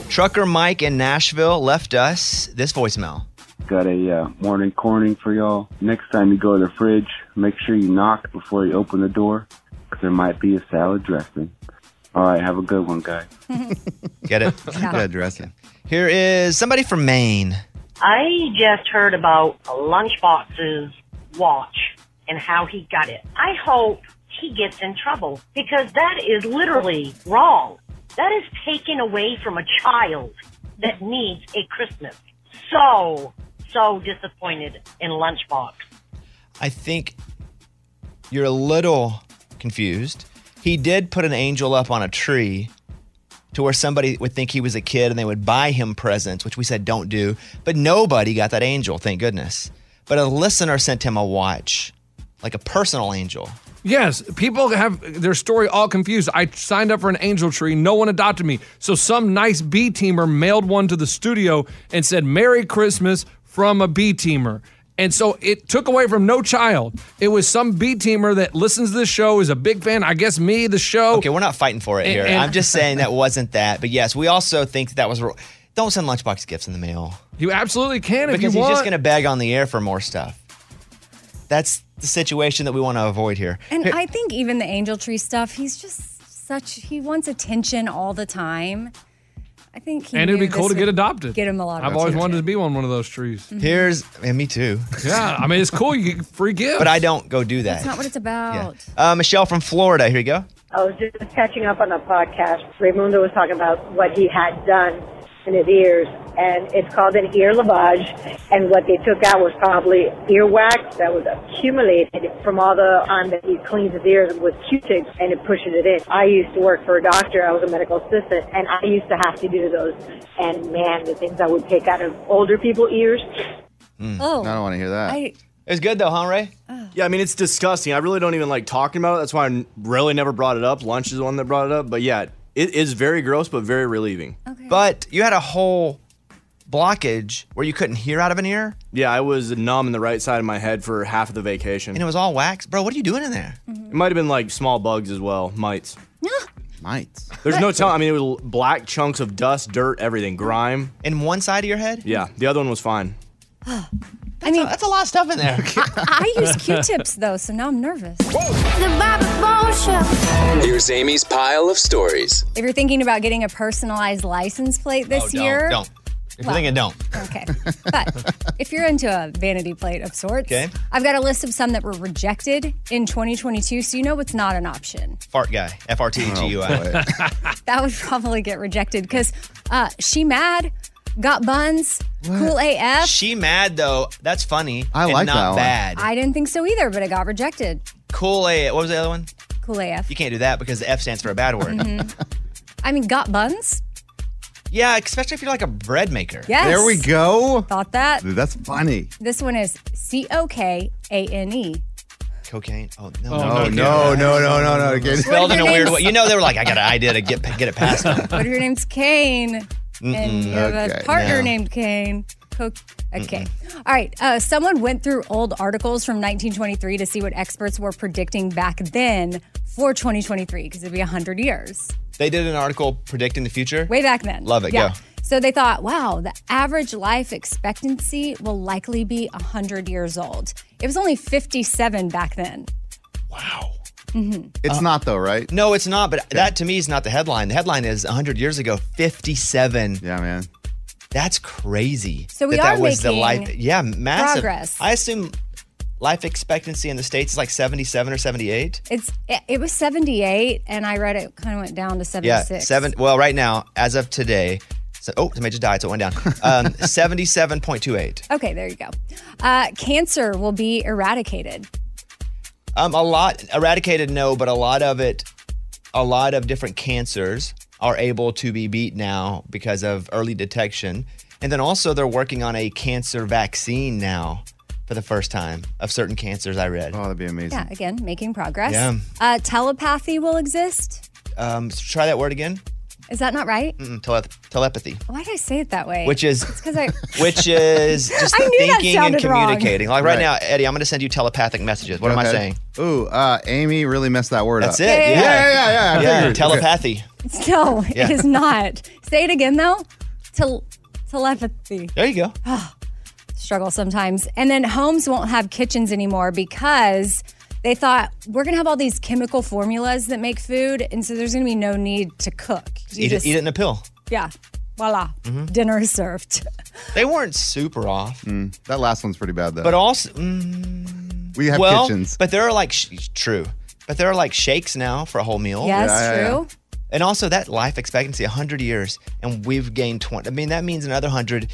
Speaker 1: Trucker Mike in Nashville left us this voicemail.
Speaker 16: Got a uh, morning corning for y'all. Next time you go to the fridge, make sure you knock before you open the door, 'cause there might be a salad dressing. All right, have a good one, guys.
Speaker 1: Get it?
Speaker 5: Good dressing.
Speaker 1: Here is somebody from Maine.
Speaker 17: I just heard about Lunchbox's watch and how he got it. I hope he gets in trouble because that is literally wrong. That is taken away from a child that needs a Christmas. So, so disappointed in Lunchbox.
Speaker 1: I think you're a little confused. He did put an angel up on a tree to where somebody would think he was a kid and they would buy him presents, which we said don't do. But nobody got that angel, thank goodness. But a listener sent him a watch, like a personal angel.
Speaker 6: Yes, people have their story all confused. I signed up for an angel tree. No one adopted me. So some nice B teamer mailed one to the studio and said, Merry Christmas from a B teamer. And so it took away from no child. It was some B teamer that listens to the show, is a big fan. I guess me, the show. Okay,
Speaker 1: we're not fighting for it here. I'm just saying that wasn't that. But yes, we also think that was. wrong. Don't send lunchbox gifts in the mail.
Speaker 6: You absolutely can if
Speaker 1: because
Speaker 6: you
Speaker 1: he's
Speaker 6: want.
Speaker 1: just going to beg on the air for more stuff. That's the situation that we want to avoid here.
Speaker 2: And
Speaker 1: Here-
Speaker 2: I think even the angel tree stuff, he's just such, he wants attention all the time. I think he
Speaker 6: and it'd be
Speaker 2: knew
Speaker 6: cool
Speaker 2: this
Speaker 6: to get
Speaker 2: would
Speaker 6: adopted.
Speaker 2: Get him a lot of
Speaker 6: I've always
Speaker 2: attention.
Speaker 6: wanted to be on one of those trees.
Speaker 2: Mm-hmm.
Speaker 1: Here's and me too.
Speaker 6: Yeah, I mean it's cool. You get free gifts,
Speaker 1: but I don't go do that.
Speaker 2: That's not what it's about.
Speaker 1: Uh, Michelle from Florida. Here you go.
Speaker 18: I was just catching up on a podcast. Raymundo was talking about what he had done in his ears, and it's called an ear lavage. And what they took out was probably earwax that was accumulated from all the time that he cleans his ears with Q-tips, and it pushes it in. I used to work for a doctor. I was a medical assistant, and I used to have to do those. And man, the things I would pick out of older people's ears.
Speaker 2: Oh,
Speaker 19: Mm. I don't want to hear that.
Speaker 2: it
Speaker 1: was good though, huh, Ray?
Speaker 19: Yeah, I mean it's disgusting. I really don't even like talking about it. That's why I n- really never brought it up. Lunch is the one that brought it up, but yeah, it is very gross, but very relieving.
Speaker 1: But you had a whole blockage where you couldn't hear out of an ear,
Speaker 19: Yeah, I was numb in the right side of my head for half of the vacation.
Speaker 1: and it was all wax, bro. What are you doing in there?
Speaker 19: It might have been like small bugs as well, mites.
Speaker 5: Mites.
Speaker 19: There's no telling. I mean, it was black chunks of dust, dirt, everything, grime.
Speaker 1: In one side of your head?
Speaker 19: Yeah, the other one was fine.
Speaker 2: I mean,
Speaker 1: that's a lot of stuff in there.
Speaker 2: I, I use Q-tips though, so now I'm nervous.
Speaker 14: Here's Amy's pile of stories.
Speaker 2: If you're thinking about getting a personalized license plate this
Speaker 14: don't,
Speaker 2: year,
Speaker 14: don't.
Speaker 1: Oh, If you're
Speaker 2: Well,
Speaker 1: thinking, don't.
Speaker 2: Okay. But if you're into a vanity plate of sorts,
Speaker 1: Okay.
Speaker 2: I've got a list of some that were rejected in 2022, so you know it's not an option.
Speaker 1: Fart guy. F R T E G U
Speaker 19: Oh,
Speaker 1: I.
Speaker 2: That would probably get rejected because uh, She Mad, Got Buns, Cool AF.
Speaker 1: She mad though. That's funny.
Speaker 5: I
Speaker 1: and
Speaker 5: like
Speaker 1: not
Speaker 5: that one.
Speaker 1: bad.
Speaker 2: I didn't think so either, but it got rejected.
Speaker 1: Cool A. What was the other one?
Speaker 2: Cool AF.
Speaker 1: You can't do that because the F stands for a bad word.
Speaker 2: Mhm. I mean, Got Buns?
Speaker 1: Yeah, especially if you're like a bread maker.
Speaker 2: Yes. There we
Speaker 5: go.
Speaker 2: Thought
Speaker 1: Uh,
Speaker 2: that.
Speaker 5: Dude, that's funny.
Speaker 2: This one is C O K A N E.
Speaker 1: Cocaine. Oh no.
Speaker 5: Oh, no, no, no, no, no, no. Again.
Speaker 1: Spelled in a weird way. You know, they were like, I got an idea to get get it past them.
Speaker 2: What if your name's Kane? And
Speaker 1: Mm-mm.
Speaker 2: you have a
Speaker 1: Okay,
Speaker 2: partner
Speaker 1: no.
Speaker 2: named Kane. Co- okay. All right. Uh, someone went through old articles from 1923 to see what experts were predicting back then for 2023, because it'd be 100 years.
Speaker 1: They did an article predicting the future.
Speaker 2: Way back then.
Speaker 1: Love it.
Speaker 2: Yeah.
Speaker 1: Go.
Speaker 2: So they thought, wow, the average life expectancy will likely be 100 years old. It was only 57 back then. Wow. hmm
Speaker 5: It's not though, right?
Speaker 1: Uh, No, it's not. But that to me is not the headline. The headline is 100 years ago, 57.
Speaker 5: Yeah, man.
Speaker 1: That's crazy.
Speaker 2: So we
Speaker 1: that, that
Speaker 2: are
Speaker 1: was the
Speaker 2: making
Speaker 1: life. Yeah, massive.
Speaker 2: progress.
Speaker 1: I assume life expectancy in the states is like 77 or 78.
Speaker 2: It's it, it was 78, and I read it kind of went down to 76.
Speaker 1: Yeah, seven. Well, right now, as of today, So, oh, somebody just died, so it went down. Um, 77.28.
Speaker 2: Okay, there you go. Uh, cancer will be eradicated.
Speaker 1: Um, a lot eradicated, no, but a lot of it, a lot of different cancers are able to be beat now because of early detection, and then also they're working on a cancer vaccine now for the first time of certain cancers. I read. Oh,
Speaker 5: that'd be amazing.
Speaker 2: Yeah, again, making progress.
Speaker 1: Yeah.
Speaker 2: Uh, telepathy will exist.
Speaker 1: Um, so try that word again.
Speaker 2: Is that not right?
Speaker 1: Mm-mm, telep- telepathy,
Speaker 2: Why did I say it that way?
Speaker 1: Which is-
Speaker 2: it's because I
Speaker 1: which is just
Speaker 2: I knew that
Speaker 1: thinking and
Speaker 2: sounded wrong.
Speaker 1: communicating. Like right,
Speaker 5: Right.
Speaker 1: now, Eddie, I'm going to send you telepathic messages. What am I
Speaker 5: Okay.
Speaker 1: saying?
Speaker 5: Ooh, uh, Amy really messed that word
Speaker 1: That's
Speaker 5: up.
Speaker 1: it. Yeah,
Speaker 5: Yeah,
Speaker 1: yeah,
Speaker 5: yeah, yeah. yeah, I figured.
Speaker 1: telepathy.
Speaker 2: no,
Speaker 5: Yeah.
Speaker 2: it is not. Say it again though. Tel- telepathy. Ah,
Speaker 1: There you go.
Speaker 2: Struggle sometimes. And then homes won't have kitchens anymore because they thought we're gonna have all these chemical formulas that make food, and so there's gonna be no need to cook.
Speaker 1: Just
Speaker 2: You
Speaker 1: eat,
Speaker 2: just-
Speaker 1: it, eat it in a pill.
Speaker 2: Yeah. Voila.
Speaker 1: Mhm.
Speaker 2: Dinner is served.
Speaker 1: They weren't super off.
Speaker 5: Mm, that last one's pretty bad though.
Speaker 1: But also, mm,
Speaker 5: we have
Speaker 1: well,
Speaker 5: kitchens.
Speaker 1: But there are like sh- true. But there are like shakes now for a whole meal.
Speaker 5: Yes, Yeah, yeah, true.
Speaker 1: And also that life expectancy, 100 years, and we've gained 20. I mean, that means another 100,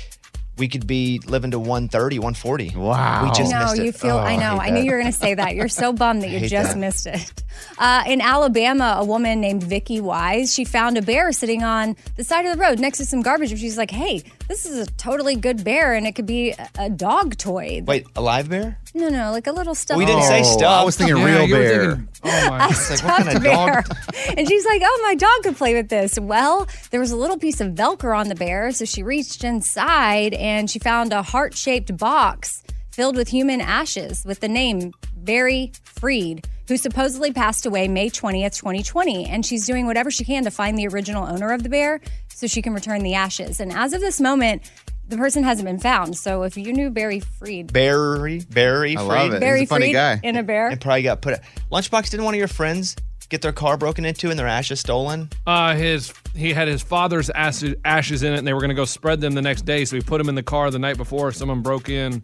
Speaker 1: we could be living to 130, 140. Wow. We just
Speaker 2: no,
Speaker 1: missed it.
Speaker 2: you feel.
Speaker 1: Oh,
Speaker 2: I know. I,
Speaker 1: hate
Speaker 2: knew
Speaker 1: that.
Speaker 2: you were going to say that. You're so bummed that
Speaker 1: I
Speaker 2: you
Speaker 1: hate
Speaker 2: just
Speaker 1: that.
Speaker 2: missed it. Uh, in Alabama, a woman named Vicky Wise, she found a bear sitting on the side of the road next to some garbage, and she's like, "Hey, this is a totally good bear, and it could be a, a dog toy."
Speaker 1: Wait, a live bear?
Speaker 2: No, no, like a little stuff.
Speaker 1: we didn't say stuff.
Speaker 5: Oh, I was thinking Yeah, real you were bear. thinking-
Speaker 1: oh my god. Like, what kind of
Speaker 2: bear.
Speaker 1: dog?
Speaker 2: and she's like, "Oh, my dog could play with this." Well, there was a little piece of Velcro on the bear, so she reached inside and she found a heart-shaped box filled with human ashes with the name Barry Freed, who supposedly passed away May twentieth, twenty twenty. And she's doing whatever she can to find the original owner of the bear so she can return the ashes. And as of this moment. The person hasn't been found. So if you knew Barry Freed,
Speaker 1: Barry, Barry
Speaker 2: I
Speaker 1: Freed.
Speaker 2: love it. Barry He's a funny Freed guy. in a bear.
Speaker 1: It probably got put. Lunchbox didn't one of your friends get their car broken into and their ashes stolen?
Speaker 6: Uh, his he had his father's ashes, ashes in it, and they were gonna go spread them the next day. So he put them in the car the night before. Someone broke in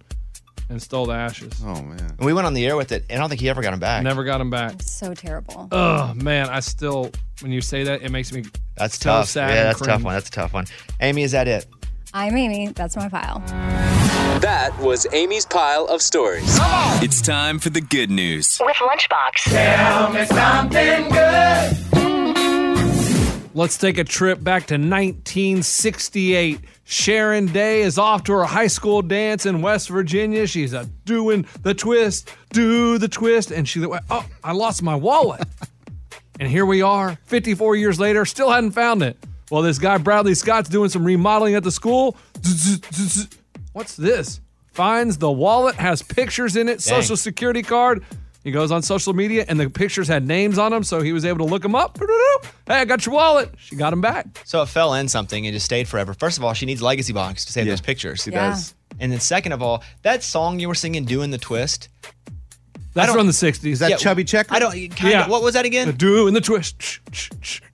Speaker 6: and stole the ashes.
Speaker 5: Oh man!
Speaker 1: And we went on the air with it, and I don't think he ever got them back.
Speaker 6: Never got them back.
Speaker 2: so terrible.
Speaker 6: Oh man, I still when you say that, it makes me
Speaker 1: That's
Speaker 6: so
Speaker 1: tough.
Speaker 6: sad
Speaker 1: yeah,
Speaker 6: and
Speaker 1: that's a tough
Speaker 6: cringe.
Speaker 1: one. That's a tough one. Amy, is that it?
Speaker 2: I'm Amy. That's my pile.
Speaker 14: That was Amy's pile of stories.
Speaker 20: It's time for the good news.
Speaker 12: With Lunchbox.
Speaker 20: Tell me something good.
Speaker 6: Let's take a trip back to 1968. Sharon Day is off to her high school dance in West Virginia. She's uh, doing the twist, do the twist, and she oh, I lost my wallet. and here we are, 54 years later, still hadn't found it. Well, this guy Bradley Scott's doing some remodeling at the school. What's this? Finds the wallet has pictures in it,
Speaker 20: Dang.
Speaker 6: social security card. He goes on social media and the pictures had names on them, so he was able to look them up. Hey, I got your wallet. She got him back.
Speaker 1: So it fell in something and just stayed forever. First of all, she needs legacy box to save those pictures.
Speaker 6: she Yeah. does.
Speaker 1: And then second of all, that song you were singing, "Doing the Twist,"
Speaker 6: That's from the 60s.
Speaker 1: Is that Yeah, Chubby
Speaker 5: Checker?
Speaker 1: I don't. Kinda,
Speaker 6: Yeah.
Speaker 1: What was that
Speaker 6: The
Speaker 1: again?
Speaker 6: do and the twist.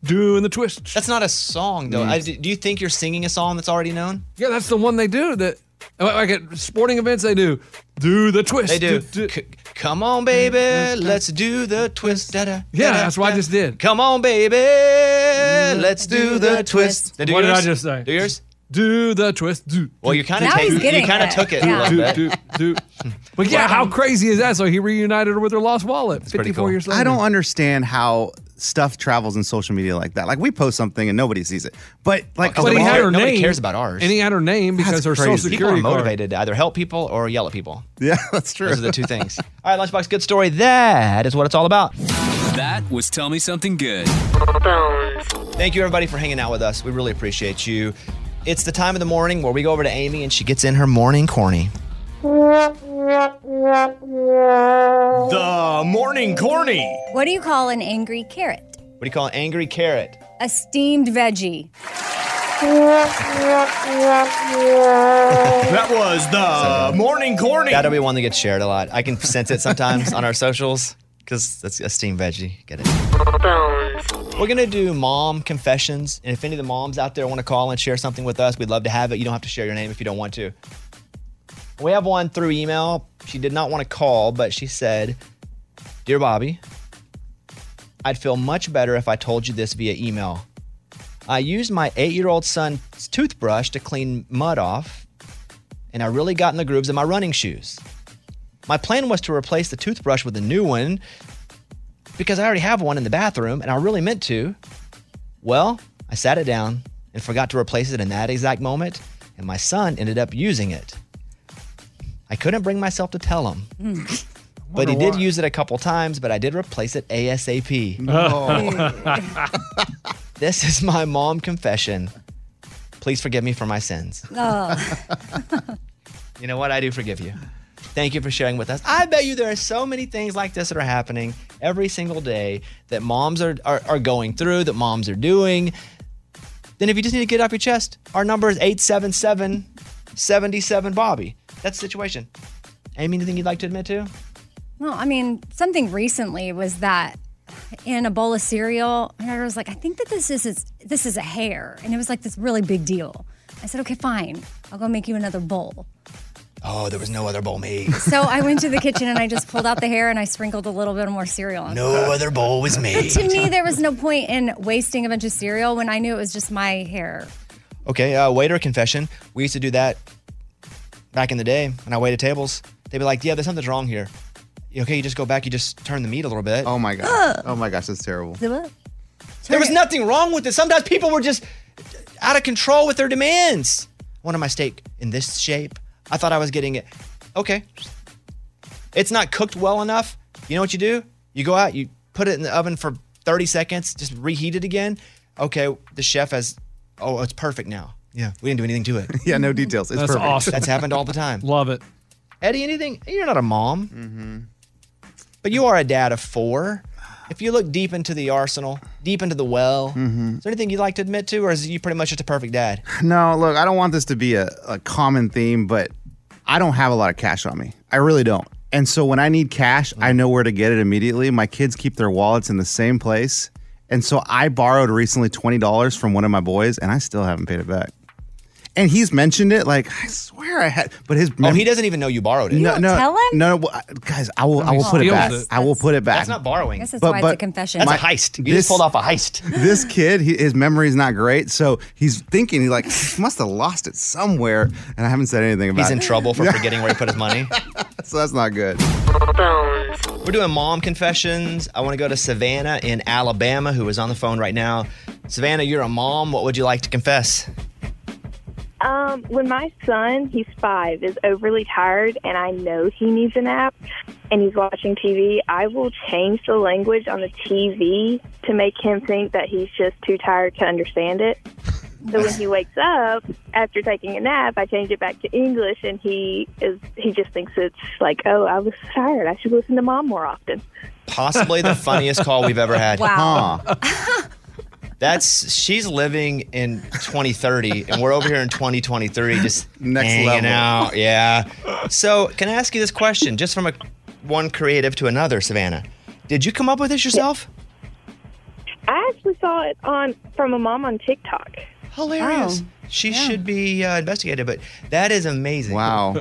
Speaker 6: Do and the twist.
Speaker 1: That's not a song though.
Speaker 6: Mm.
Speaker 1: I, do you think you're singing a song that's already known?
Speaker 6: Yeah, that's the one they do. That oh, like at sporting events they do. Do the twist.
Speaker 1: They do. C- come on, baby, let's do the twist. Da-da, yeah, that's what I just
Speaker 6: did. Mm.
Speaker 1: Come on, baby, let's do the twist. Now do
Speaker 6: What did I
Speaker 1: yours.
Speaker 6: just say?
Speaker 1: Do yours?
Speaker 6: Do the twist. Do.
Speaker 1: Well, you kind
Speaker 6: do,
Speaker 1: of
Speaker 6: do,
Speaker 1: take, you
Speaker 6: do,
Speaker 1: kind of took it a little bit.
Speaker 6: Do, do, do. But yeah, how crazy is that? So he reunited her with her lost wallet.
Speaker 5: pretty
Speaker 6: 54
Speaker 5: cool.
Speaker 6: years later.
Speaker 5: I don't understand how stuff travels in social media like that. Like we post something and nobody sees it, but like,
Speaker 6: but he had her
Speaker 1: nobody
Speaker 6: name.
Speaker 1: cares about ours.
Speaker 6: And he had her name because her social
Speaker 1: People are
Speaker 6: security card.
Speaker 1: motivated to either help people or yell at people.
Speaker 5: Yeah, that's true.
Speaker 1: Those are the two things. All right, Lunchbox, good story. That is what it's all about.
Speaker 20: That was Tell Me Something Good.
Speaker 1: Thank you, everybody, for hanging out with us. We really appreciate you. It's the time of the morning where we go over to Amy and she gets in her morning corny. The morning corny.
Speaker 2: What do you call an angry carrot?
Speaker 1: What do you call an angry carrot?
Speaker 2: A steamed veggie.
Speaker 1: That was the morning corny. That'll be one that gets shared a lot. I can sense it sometimes on our socials because that's a steamed veggie. Get it? We're gonna do mom confessions, and if any of the moms out there want to call and share something with us, we'd love to have it. You don't have to share your name if you don't want to. We have one through email. She did not want to call, but she said, "Dear Bobby, I'd feel much better if I told you this via email. I used my eight-year-old son's this toothbrush to clean mud off, and I really got in the grooves of my running shoes. My plan was to replace the toothbrush with a new one because I already have one in the bathroom and I really meant to. Well, I sat it down and forgot to replace it in that exact moment, and my son ended up using it. I couldn't bring myself to tell him. But he
Speaker 6: wonder
Speaker 1: did use it a couple times, but I did replace it ASAP. this is my mom confession. Please forgive me for my sins.
Speaker 2: Oh.
Speaker 1: You know what? I do forgive you. Thank you for sharing with us. I bet you there are so many things like this that are happening every single day that moms are, are, are going through, that moms are doing. Then if you just need to get it off your chest, our number is 877 77 Bobby. That's the situation. Amy, anything you'd like to admit to?
Speaker 2: Well, I mean, something recently was that in a bowl of cereal, and I was like, I think that this is is- this is a hair, and it was like this really big deal. I said, okay, fine, I'll go make you another bowl.
Speaker 1: Oh, there was no other bowl made.
Speaker 2: So I went to the kitchen and I just pulled out the hair and I sprinkled a little bit more cereal on.
Speaker 1: No
Speaker 2: top.
Speaker 1: other bowl was
Speaker 2: But
Speaker 1: made.
Speaker 2: to me, there was no point in wasting a bunch of cereal when I knew it was just my hair.
Speaker 1: Okay, uh, waiter confession. We used to do that back in the day when I waited tables. They'd be like, "Yeah, there's something's wrong here." You- Okay, you just go back. You just turn the meat a little bit. Oh my
Speaker 2: Ugh.
Speaker 1: Oh my gosh, that's terrible.
Speaker 2: There
Speaker 1: was nothing wrong with it. Sometimes people were just out of control with their demands. I wanted my steak in this shape. I thought I was getting it. Okay, it's not cooked well enough. You know what you do? You go out, you put it in the oven for 30 seconds, just reheat it again. Okay, the chef has. Oh, it's perfect now. Yeah, we didn't do anything to it.
Speaker 5: yeah, no details. It's
Speaker 1: That's
Speaker 5: perfect.
Speaker 1: awesome. That's happened all the time.
Speaker 6: Love it.
Speaker 1: Eddie, anything? You're not a mom,
Speaker 6: Mm-hmm.
Speaker 1: but you are a dad of four. If you look deep into the arsenal, deep into the well,
Speaker 5: Mm-hmm.
Speaker 1: is there anything you'd like to admit to, or is you pretty much just a perfect dad?
Speaker 5: No, look, I don't want this to be a, a common theme, but I don't have a lot of cash on me. I really don't. And so when I need cash, I know where to get it immediately. My kids keep their wallets in the same place. And so I borrowed recently $20 from one of my boys, and I still haven't paid it back. And he's mentioned it like, I swear I had, but his.
Speaker 1: Oh, he doesn't even know you borrowed it.
Speaker 5: no, no, no, no, guys, I will, I will put it
Speaker 1: steals
Speaker 5: back.
Speaker 1: it.
Speaker 5: I will put it back.
Speaker 1: That's not borrowing.
Speaker 2: Oh, This is
Speaker 5: But-
Speaker 2: why
Speaker 5: but
Speaker 2: it's a confession.
Speaker 1: That's a heist. You just pulled off a heist.
Speaker 5: this kid, he, his memory's not great, so he's thinking he like must have lost it somewhere, and I haven't said anything about.
Speaker 1: He's
Speaker 5: it.
Speaker 1: in trouble for
Speaker 5: Yeah,
Speaker 1: forgetting where he put his money.
Speaker 5: so that's not good.
Speaker 1: We're doing mom confessions. I want to go to Savannah in Alabama, who is on the phone right now. Savannah, you're a mom. What would you like to confess?
Speaker 21: Um, when my son, he's five, is overly tired and I know he needs a nap and he's watching TV, I will change the language on the TV to make him think that he's just too tired to understand it. So when he wakes up after taking a nap, I change it back to English and he is he just thinks it's like, Oh, I was tired. I should listen to mom more often.
Speaker 1: Possibly the funniest call we've ever had.
Speaker 21: Wow.
Speaker 1: That's she's living in 2030, and we're over here in 2023, just
Speaker 5: Next
Speaker 1: hanging
Speaker 5: level.
Speaker 1: out. Yeah. So, can I ask you this question, just from a one creative to another, Savannah? Did you come up with this yourself?
Speaker 21: I actually saw it on from a mom on TikTok.
Speaker 1: Hilarious. Oh. She should be uh, investigated, but that is amazing.
Speaker 5: Wow.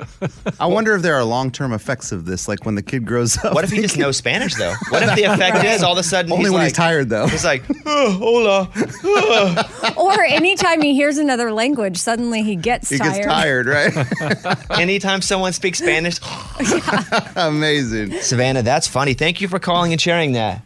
Speaker 5: I wonder if there are long term effects of this, like when the kid grows up.
Speaker 1: What if he just knows Spanish though? What if the effect is all of a sudden
Speaker 5: Only
Speaker 1: he's
Speaker 5: when
Speaker 1: like,
Speaker 5: he's tired though.
Speaker 1: He's like, oh, hola. oh."
Speaker 2: or anytime he hears another language, suddenly he gets tired.
Speaker 1: right? Anytime someone speaks Spanish,
Speaker 5: amazing.
Speaker 1: Savannah, that's funny. Thank you for calling and sharing that.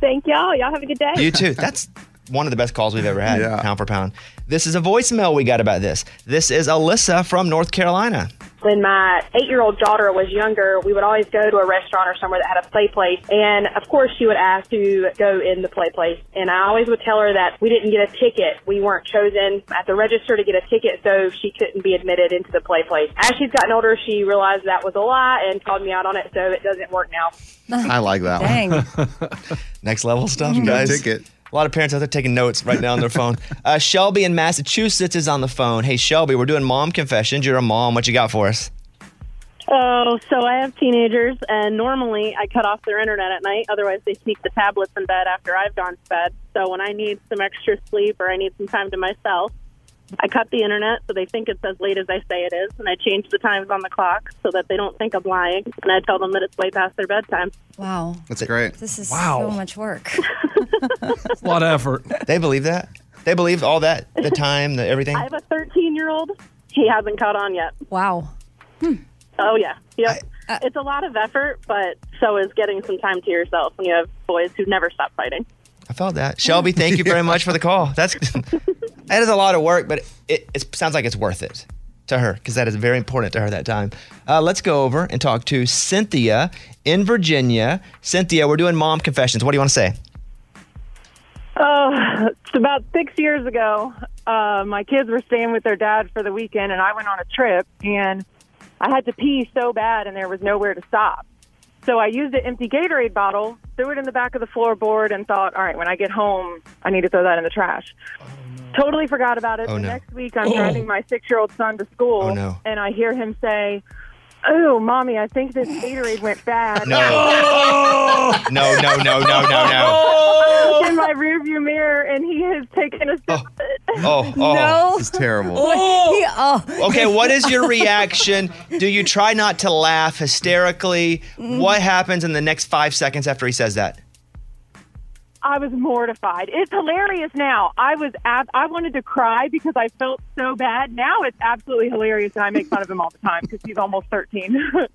Speaker 21: Thank y'all. Y'all have a good day.
Speaker 1: You too. That's one of the best calls we've ever had, pound for pound. This is a voicemail we got about this. This is Alyssa from North Carolina.
Speaker 22: When my eight year old daughter was younger, we would always go to a restaurant or somewhere that had a play place. And of course, she would ask to go in the play place. And I always would tell her that we didn't get a ticket. We weren't chosen at the register to get a ticket, so she couldn't be admitted into the play place. As she's gotten older, she realized that was a lie and called me out on it, so it doesn't work now.
Speaker 5: I like that
Speaker 22: Dang.
Speaker 1: one. Next level stuff,
Speaker 5: No
Speaker 1: guys.
Speaker 5: ticket.
Speaker 1: A lot of parents out there taking notes right now on their phone. Uh, Shelby in Massachusetts is on the phone. Hey, Shelby, we're doing mom confessions. You're a mom. What you got for us?
Speaker 23: Oh, so I have teenagers, and normally I cut off their internet at night. Otherwise, they sneak the tablets in bed after I've gone to bed. So when I need some extra sleep or I need some time to myself, I cut the internet so they think it's as late as I say it is, and I change the times on the clock so that they don't think I'm lying, and I tell them that it's way past their bedtime.
Speaker 2: Wow.
Speaker 5: That's great.
Speaker 2: This is
Speaker 6: Wow.
Speaker 2: so much work.
Speaker 6: A lot of effort.
Speaker 1: They believe that? They believed all that, the time, the everything.
Speaker 23: I have a 13 year old. He hasn't caught on yet.
Speaker 2: Wow.
Speaker 23: Oh yeah. Yep. it's a lot of effort, but so is getting some time to yourself when you have boys who never stop fighting.
Speaker 1: I felt that. Shelby, thank you very much for the call. That's that is a lot of work, but it, it sounds like it's worth it to her because that is very important to her that time. Uh, let's go over and talk to Cynthia in Virginia. Cynthia, we're doing mom confessions. What do you want to say?
Speaker 24: Oh, it's about six years ago. Uh, my kids were staying with their dad for the weekend, and I went on a trip, and I had to pee so bad, and there was nowhere to stop. So I used an empty Gatorade bottle, threw it in the back of the floorboard, and thought, all right, when I get home, I need to throw that in the trash. Totally forgot about it.
Speaker 1: Mm. Oh,
Speaker 24: the
Speaker 1: no.
Speaker 24: next week, I'm
Speaker 1: Oh.
Speaker 24: driving my six year old son to school,
Speaker 1: Oh, no.
Speaker 24: and I hear him say, Oh, mommy, I think this Gatorade went bad.
Speaker 1: No. No, no, no, no, no, no.
Speaker 24: I looked in my rearview mirror, and he has taken a sip of it.
Speaker 1: Oh, oh,
Speaker 24: No.
Speaker 1: is
Speaker 25: terrible.
Speaker 24: Oh.
Speaker 2: oh.
Speaker 1: Okay, what is your reaction? Do you try not to laugh hysterically? What happens in the next five seconds after he says that?
Speaker 24: I was mortified. It's hilarious now. I was ab- I wanted to cry because I felt so bad. Now it's absolutely hilarious, and I make fun of him all the time because he's almost thirteen.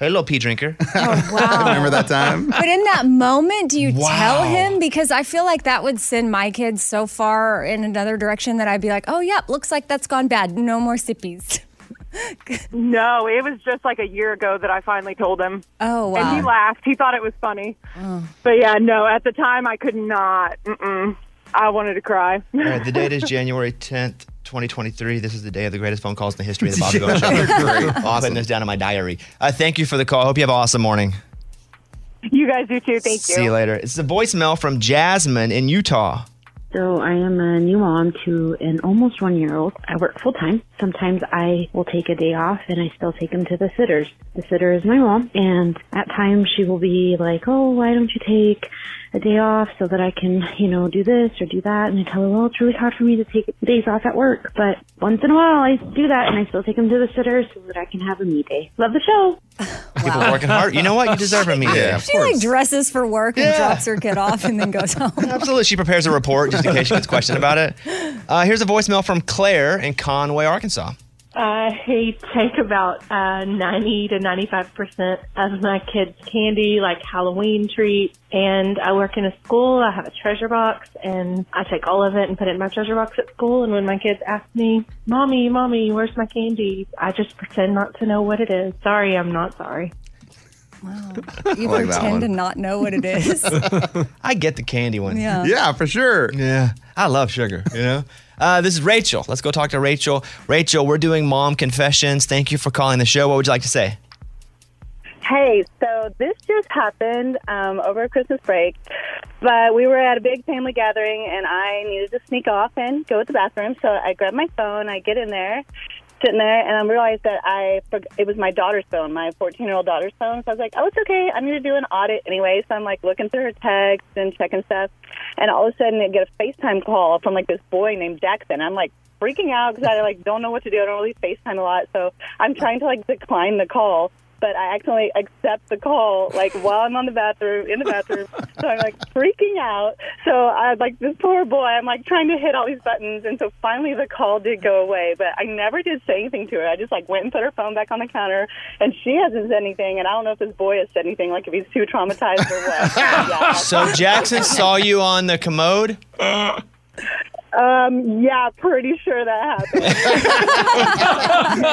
Speaker 1: Hey, little pee drinker.
Speaker 25: Remember that time?
Speaker 2: But in that moment, do you
Speaker 1: Wow.
Speaker 2: tell him? Because I feel like that would send my kids so far in another direction that I'd be like, oh, yep, looks like that's gone bad. No more sippies.
Speaker 24: no, it was just like a year ago that I finally told him.
Speaker 2: Oh,
Speaker 24: And he
Speaker 2: wow. Oh.
Speaker 24: laughed. He thought it was funny. But yeah, no. At the time, I could not. Mm-mm. I wanted to cry.
Speaker 1: All right, the date is January 10th, 2023. This is the day of the greatest phone calls in the history of the Bobby Bones Show. I'm putting this down in my diary. Uh, thank you for the call. Hope you have an awesome morning.
Speaker 24: You guys do too. Thank
Speaker 1: See you later. It's the voicemail from Jasmine in Utah.
Speaker 26: So I am a new mom to an almost one year old. I work full time. Sometimes I will take a day off and I still take him to the sitters. The sitter is my mom and at times she will be like, Oh, why don't you take a day off so that I can, you know, do this or do that? And I tell her, Well, it's really hard for me to take days off at work, but once in a while I do that and I still take him to the sitter so that I can have a me day. Love the show.
Speaker 1: People working hard. You know what? You deserve a meeting.
Speaker 2: she like dresses for work and drops her kid off and then goes home.
Speaker 1: Absolutely. She prepares a report just in case she gets questioned about it. Uh, here's a voicemail from Claire in Conway, Arkansas.
Speaker 27: I Uh, take about uh, 90 to 95% of my kids' candy, like Halloween treats. And I work in a school. I have a treasure box and I take all of it and put it in my treasure box at school. And when my kids ask me, Mommy, Mommy, where's my candy? I just pretend not to know what it is. Sorry, I'm not sorry.
Speaker 2: You
Speaker 1: I like that
Speaker 2: pretend
Speaker 1: one.
Speaker 2: to not know what it is.
Speaker 1: I get the candy one.
Speaker 2: Yeah.
Speaker 1: yeah, for sure. Yeah, I love sugar. You know. Uh, this is Rachel. Let's go talk to Rachel. Rachel, we're doing mom confessions. Thank you for calling the show. What would you like to say?
Speaker 28: Hey, so this just happened um, over Christmas break, but we were at a big family gathering, and I needed to sneak off and go to the bathroom. So I grabbed my phone, I get in there, sitting there, and I realized that I forg it was my daughter's phone, my 14 year old daughter's phone. So I was like, oh, it's okay. I need to do an audit anyway. So I'm like looking through her text and checking stuff, and all of a sudden I get a FaceTime call from like this boy named Jackson. I'm like freaking out because I like don't know what to do. I don't really FaceTime a lot, so I'm trying to like decline the call but I accidentally accept the call like while I'm on the bathroom in the bathroom. so I'm like freaking out. So I like this poor boy. I'm like trying to hit all these buttons, and so finally the call did go away. But I never did say anything to her. I just like went and put her phone back on the counter, and she hasn't said anything. And I don't know if this boy has said anything, like if he's too traumatized or what. yeah.
Speaker 1: So Jackson saw you on the commode.
Speaker 28: Um, yeah, pretty sure that happened.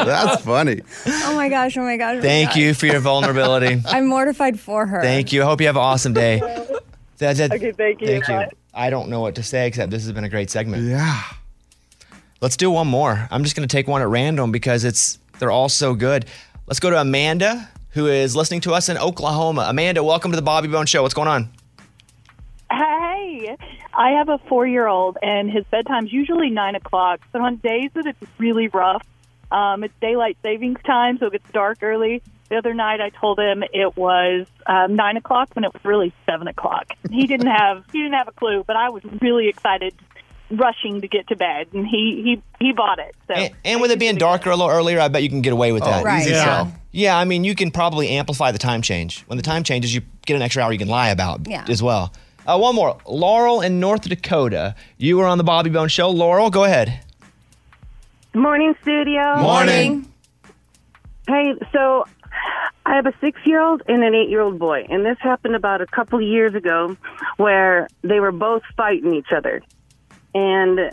Speaker 25: That's funny.
Speaker 2: Oh my gosh! Oh my gosh! oh my
Speaker 1: Thank
Speaker 2: gosh.
Speaker 1: you for your vulnerability.
Speaker 2: I'm mortified for her.
Speaker 1: Thank you. I hope you have an awesome day. That's it.
Speaker 2: Okay, thank you.
Speaker 1: Thank you.
Speaker 2: Bye.
Speaker 1: I don't know what to say except this has been a great segment. Yeah. Let's do one more. I'm just going to take one at random because it's they're all so good. Let's go to Amanda, who is listening to us in Oklahoma. Amanda, welcome to the Bobby Bone Show. What's going on?
Speaker 5: Hey, I have a four year old, and his bedtime's usually nine o'clock. So on days that it's really rough, um, it's daylight savings time, so it gets dark early. The other night, I told him it was um, nine o'clock when it was really seven o'clock. He didn't have he didn't have a clue, but I was really excited, rushing to get to bed, and he he he bought it. So
Speaker 1: And, and with it being darker a little earlier, I bet you can get away with that.
Speaker 5: right, easy yeah.
Speaker 1: So, yeah, I mean, you can probably amplify the time change. When the time changes, you get an extra hour you can lie about
Speaker 2: Yeah.
Speaker 1: as well. Uh, one more. Laurel in North Dakota. You were on the Bobby Bone Show. Laurel, go ahead.
Speaker 11: Morning, studio.
Speaker 1: Morning.
Speaker 11: Hey, so I have a six year old and an eight year old boy, and this happened about a couple years ago where they were both fighting each other. And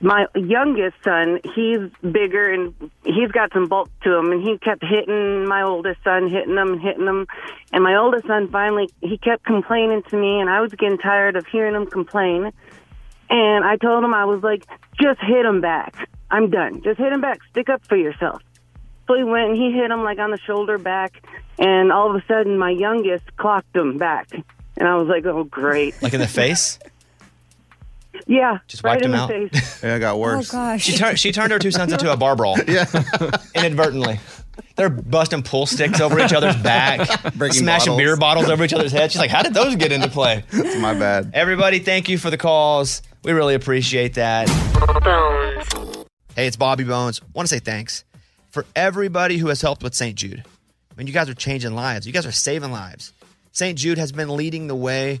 Speaker 11: my youngest son, he's bigger and he's got some bulk to him, and he kept hitting my oldest son, hitting him, and hitting him. And my oldest son finally, he kept complaining to me, and I was getting tired of hearing him complain. And I told him, I was like, just hit him back. I'm done. Just hit him back. Stick up for yourself. So he went and he hit him like on the shoulder back. And all of a sudden, my youngest clocked him back. And I was like, oh, great.
Speaker 1: Like in the face?
Speaker 11: Yeah.
Speaker 1: Just
Speaker 11: right
Speaker 1: wiped
Speaker 11: in
Speaker 1: him
Speaker 11: the
Speaker 1: out.
Speaker 11: face.
Speaker 5: Yeah, it got
Speaker 11: worse. Oh, gosh.
Speaker 1: She, tur- she turned her two sons into a bar brawl. yeah. Inadvertently. They're busting pool sticks over each other's back,
Speaker 5: Breaking
Speaker 1: smashing
Speaker 5: bottles.
Speaker 1: beer bottles over each other's heads. She's like, how did those get into play? It's
Speaker 5: my bad.
Speaker 1: Everybody, thank you for the calls. We really appreciate that. Hey, it's Bobby Bones. Want to say thanks for everybody who has helped with St. Jude. I mean, you guys are changing lives. You guys are saving lives. St. Jude has been leading the way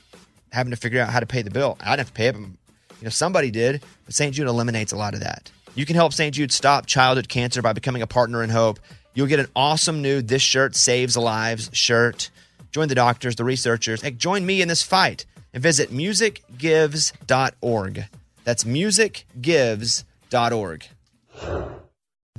Speaker 1: having to figure out how to pay the bill. I didn't have to pay it, but you know, somebody did. But St. Jude eliminates a lot of that. You can help St. Jude stop childhood cancer by becoming a partner in hope. You'll get an awesome new This Shirt Saves Lives shirt. Join the doctors, the researchers. Hey, join me in this fight and visit musicgives.org. That's musicgives.org.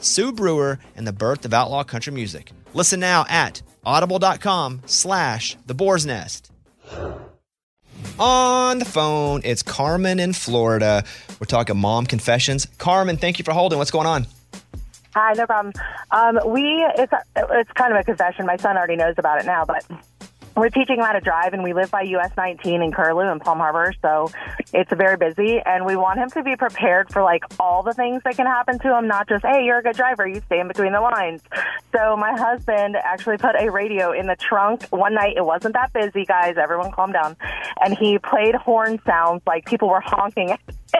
Speaker 1: Sue Brewer, and the birth of outlaw country music. Listen now at audible.com slash the boar's nest. On the phone, it's Carmen in Florida. We're talking mom confessions. Carmen, thank you for holding. What's going on?
Speaker 10: Hi, no problem. Um, we it's it's kind of a confession. My son already knows about it now, but we're teaching him how to drive, and we live by US 19 in Curlew and Palm Harbor, so it's very busy, and we want him to be prepared for like all the things that can happen to him, not just hey, you're a good driver, you stay in between the lines. So my husband actually put a radio in the trunk one night. It wasn't that busy, guys. Everyone, calm down, and he played horn sounds like people were honking at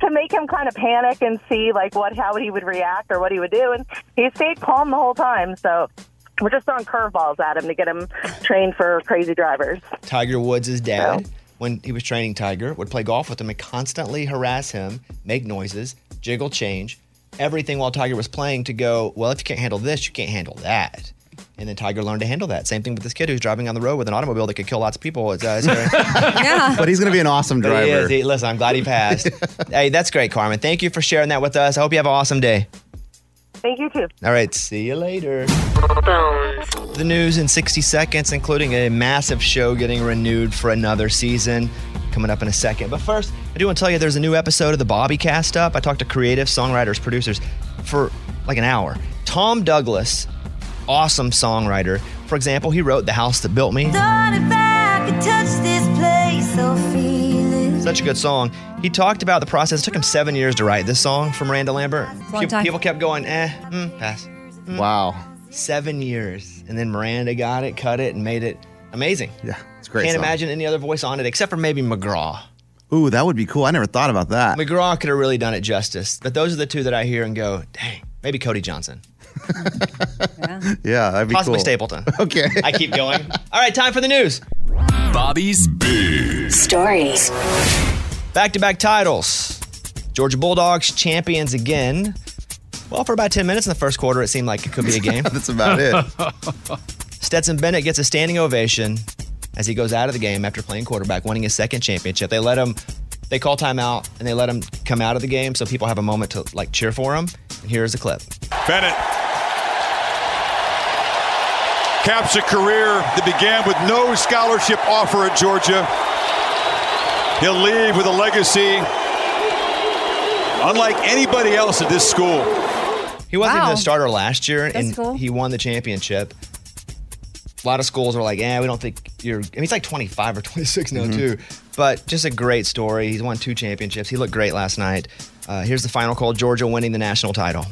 Speaker 10: to make him kind of panic and see like what how he would react or what he would do and he stayed calm the whole time so we're just throwing curveballs at him to get him trained for crazy drivers
Speaker 1: Tiger Woods' dad, when he was training Tiger, would play golf with him and constantly harass him, make noises, jiggle change, everything while Tiger was playing to go, well, if you can't handle this, you can't handle that. And then Tiger learned to handle that. Same thing with this kid who's driving on the road with an automobile that could kill lots of people. It's, uh, it's very-
Speaker 5: But he's going to be an awesome
Speaker 1: But he
Speaker 5: driver.
Speaker 1: is. He- listen, I'm glad he passed. hey, that's great, Carmen. Thank you for sharing that with us. I hope you have an awesome day.
Speaker 10: thank you too
Speaker 1: All right, see you later. The news in 60 seconds, including a massive show getting renewed for another season. coming up in a second. But first, I do want to tell you there's a new episode of the Bobby Cast up. I talked to creatives, songwriters, producers for like an hour. Tom Douglas, awesome songwriter. For example, he wrote The House That Built Me.
Speaker 12: Thought if I could touch this place or feel it.
Speaker 1: Such a good song. He talked about the process. It took him seven years to write this song from Miranda Lambert.
Speaker 12: a long
Speaker 1: Pe-
Speaker 12: time.
Speaker 1: People kept going, eh, mm, pass. Wow. Seven years. And then Miranda got it, cut it, and made it amazing. Yeah, it's
Speaker 5: great
Speaker 1: Can't
Speaker 5: song.
Speaker 1: imagine any other voice on it except for maybe McGraw.
Speaker 5: Ooh, that would be cool. I never thought about
Speaker 1: Ah.
Speaker 5: that.
Speaker 1: McGraw could have really done it justice. But those are the two that I hear and go, dang, maybe Cody Johnson.
Speaker 5: Yeah, that'd be
Speaker 1: Possibly
Speaker 5: cool.
Speaker 1: Stapleton.
Speaker 5: Okay.
Speaker 1: I keep going. All right, time for the news. Bobby's Big Stories. Back to back titles. Georgia Bulldogs champions again. Well, for about 10 minutes in the first quarter, it seemed like it could be a game.
Speaker 5: That's about it.
Speaker 1: Stetson Bennett gets a standing ovation as he goes out of the game after playing quarterback, winning his second championship. They let him, they call timeout and they let him come out of the game so people have a moment to like cheer for him. And here's a clip.
Speaker 13: Bennett caps a career that began with no scholarship offer at Georgia. He'll leave with a legacy unlike anybody else at this school.
Speaker 1: He wasn't
Speaker 13: Wow.
Speaker 1: even a starter last year,
Speaker 13: That's
Speaker 1: and
Speaker 13: cool.
Speaker 1: he won the championship. A lot of schools are like, "Yeah, we don't think you're." I mean, he's like 25 or 26 now,
Speaker 13: Mhm.
Speaker 1: too. But just a great story. He's won two championships. He looked great last night. Uh, here's the final call: Georgia winning the national title.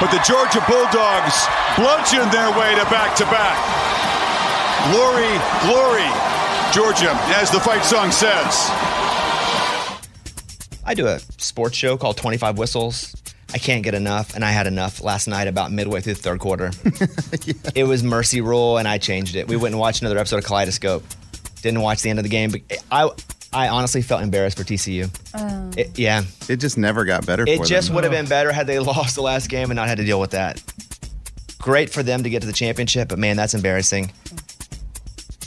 Speaker 13: But the Georgia Bulldogs bludgeoned their way to back to back. Glory, glory, Georgia, as the fight song says.
Speaker 1: I do a sports show called 25 Whistles. I can't get enough, and I had enough last night about midway through the third quarter. It was mercy rule, and I changed it. We went and watched another episode of Kaleidoscope. Didn't watch the end of the game, but I, I honestly felt embarrassed for TCU.
Speaker 2: Oh.
Speaker 1: It- yeah.
Speaker 5: It just never got better
Speaker 1: It
Speaker 5: for
Speaker 1: just
Speaker 5: them.
Speaker 1: would have been better had they lost the last game and not had to deal with that. Great for them to get to the championship, but man, that's embarrassing.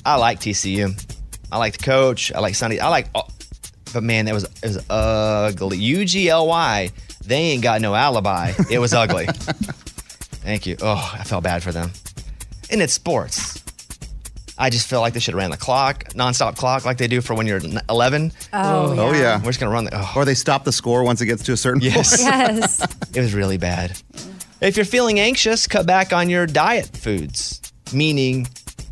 Speaker 1: I like TCU. I like the coach. I like Sonny. I like, all- but man, that was it was ugly. UGLY. They ain't got no alibi. It was ugly. Thank you. Oh, I felt bad for them. And it's sports. I just feel like they should have ran the clock, nonstop clock, like they do for when you're 11.
Speaker 5: Oh, Oh, yeah. yeah.
Speaker 1: We're just gonna run the. Oh.
Speaker 5: Or they stop the score once it gets to a certain
Speaker 1: Yes.
Speaker 5: point.
Speaker 1: Yes. It was really bad. If you're feeling anxious, cut back on your diet foods, meaning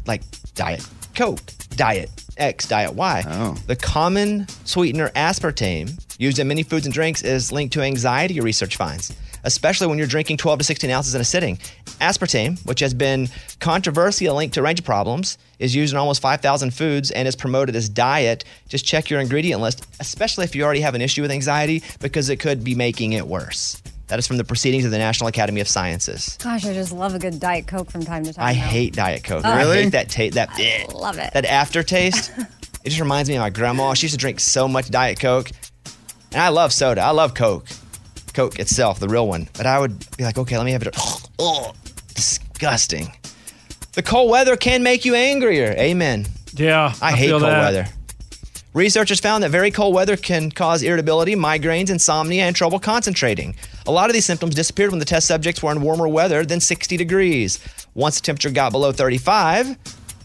Speaker 1: like diet Coke, diet X, diet Y. The common sweetener aspartame, used in many foods and drinks, is linked to anxiety, research finds, especially when you're drinking 12 to 16 ounces in a sitting. Aspartame, which has been controversially linked to a range of problems, is used in almost 5,000 foods and is promoted as diet. Just check your ingredient list, especially if you already have an issue with anxiety, because it could be making it worse. That is from the Proceedings of the National Academy of Sciences.
Speaker 2: Gosh, I just love a good Diet Coke from time to time.
Speaker 1: I
Speaker 2: now.
Speaker 1: hate Diet Coke.
Speaker 2: Oh.
Speaker 1: I
Speaker 2: Really?
Speaker 1: hate that taste. That
Speaker 2: Love it.
Speaker 1: that aftertaste. it just reminds me of my grandma. She used to drink so much Diet Coke. And I love soda. I love Coke. Coke itself, the real one. But I would be like, okay, let me have it. Oh, disgusting. The cold weather can make you angrier. Amen.
Speaker 4: Yeah.
Speaker 1: I, hate cold weather. Researchers found that very cold weather can cause irritability, migraines, insomnia, and trouble concentrating. A lot of these symptoms disappeared when the test subjects were in warmer weather than 60 degrees. Once the temperature got below 35,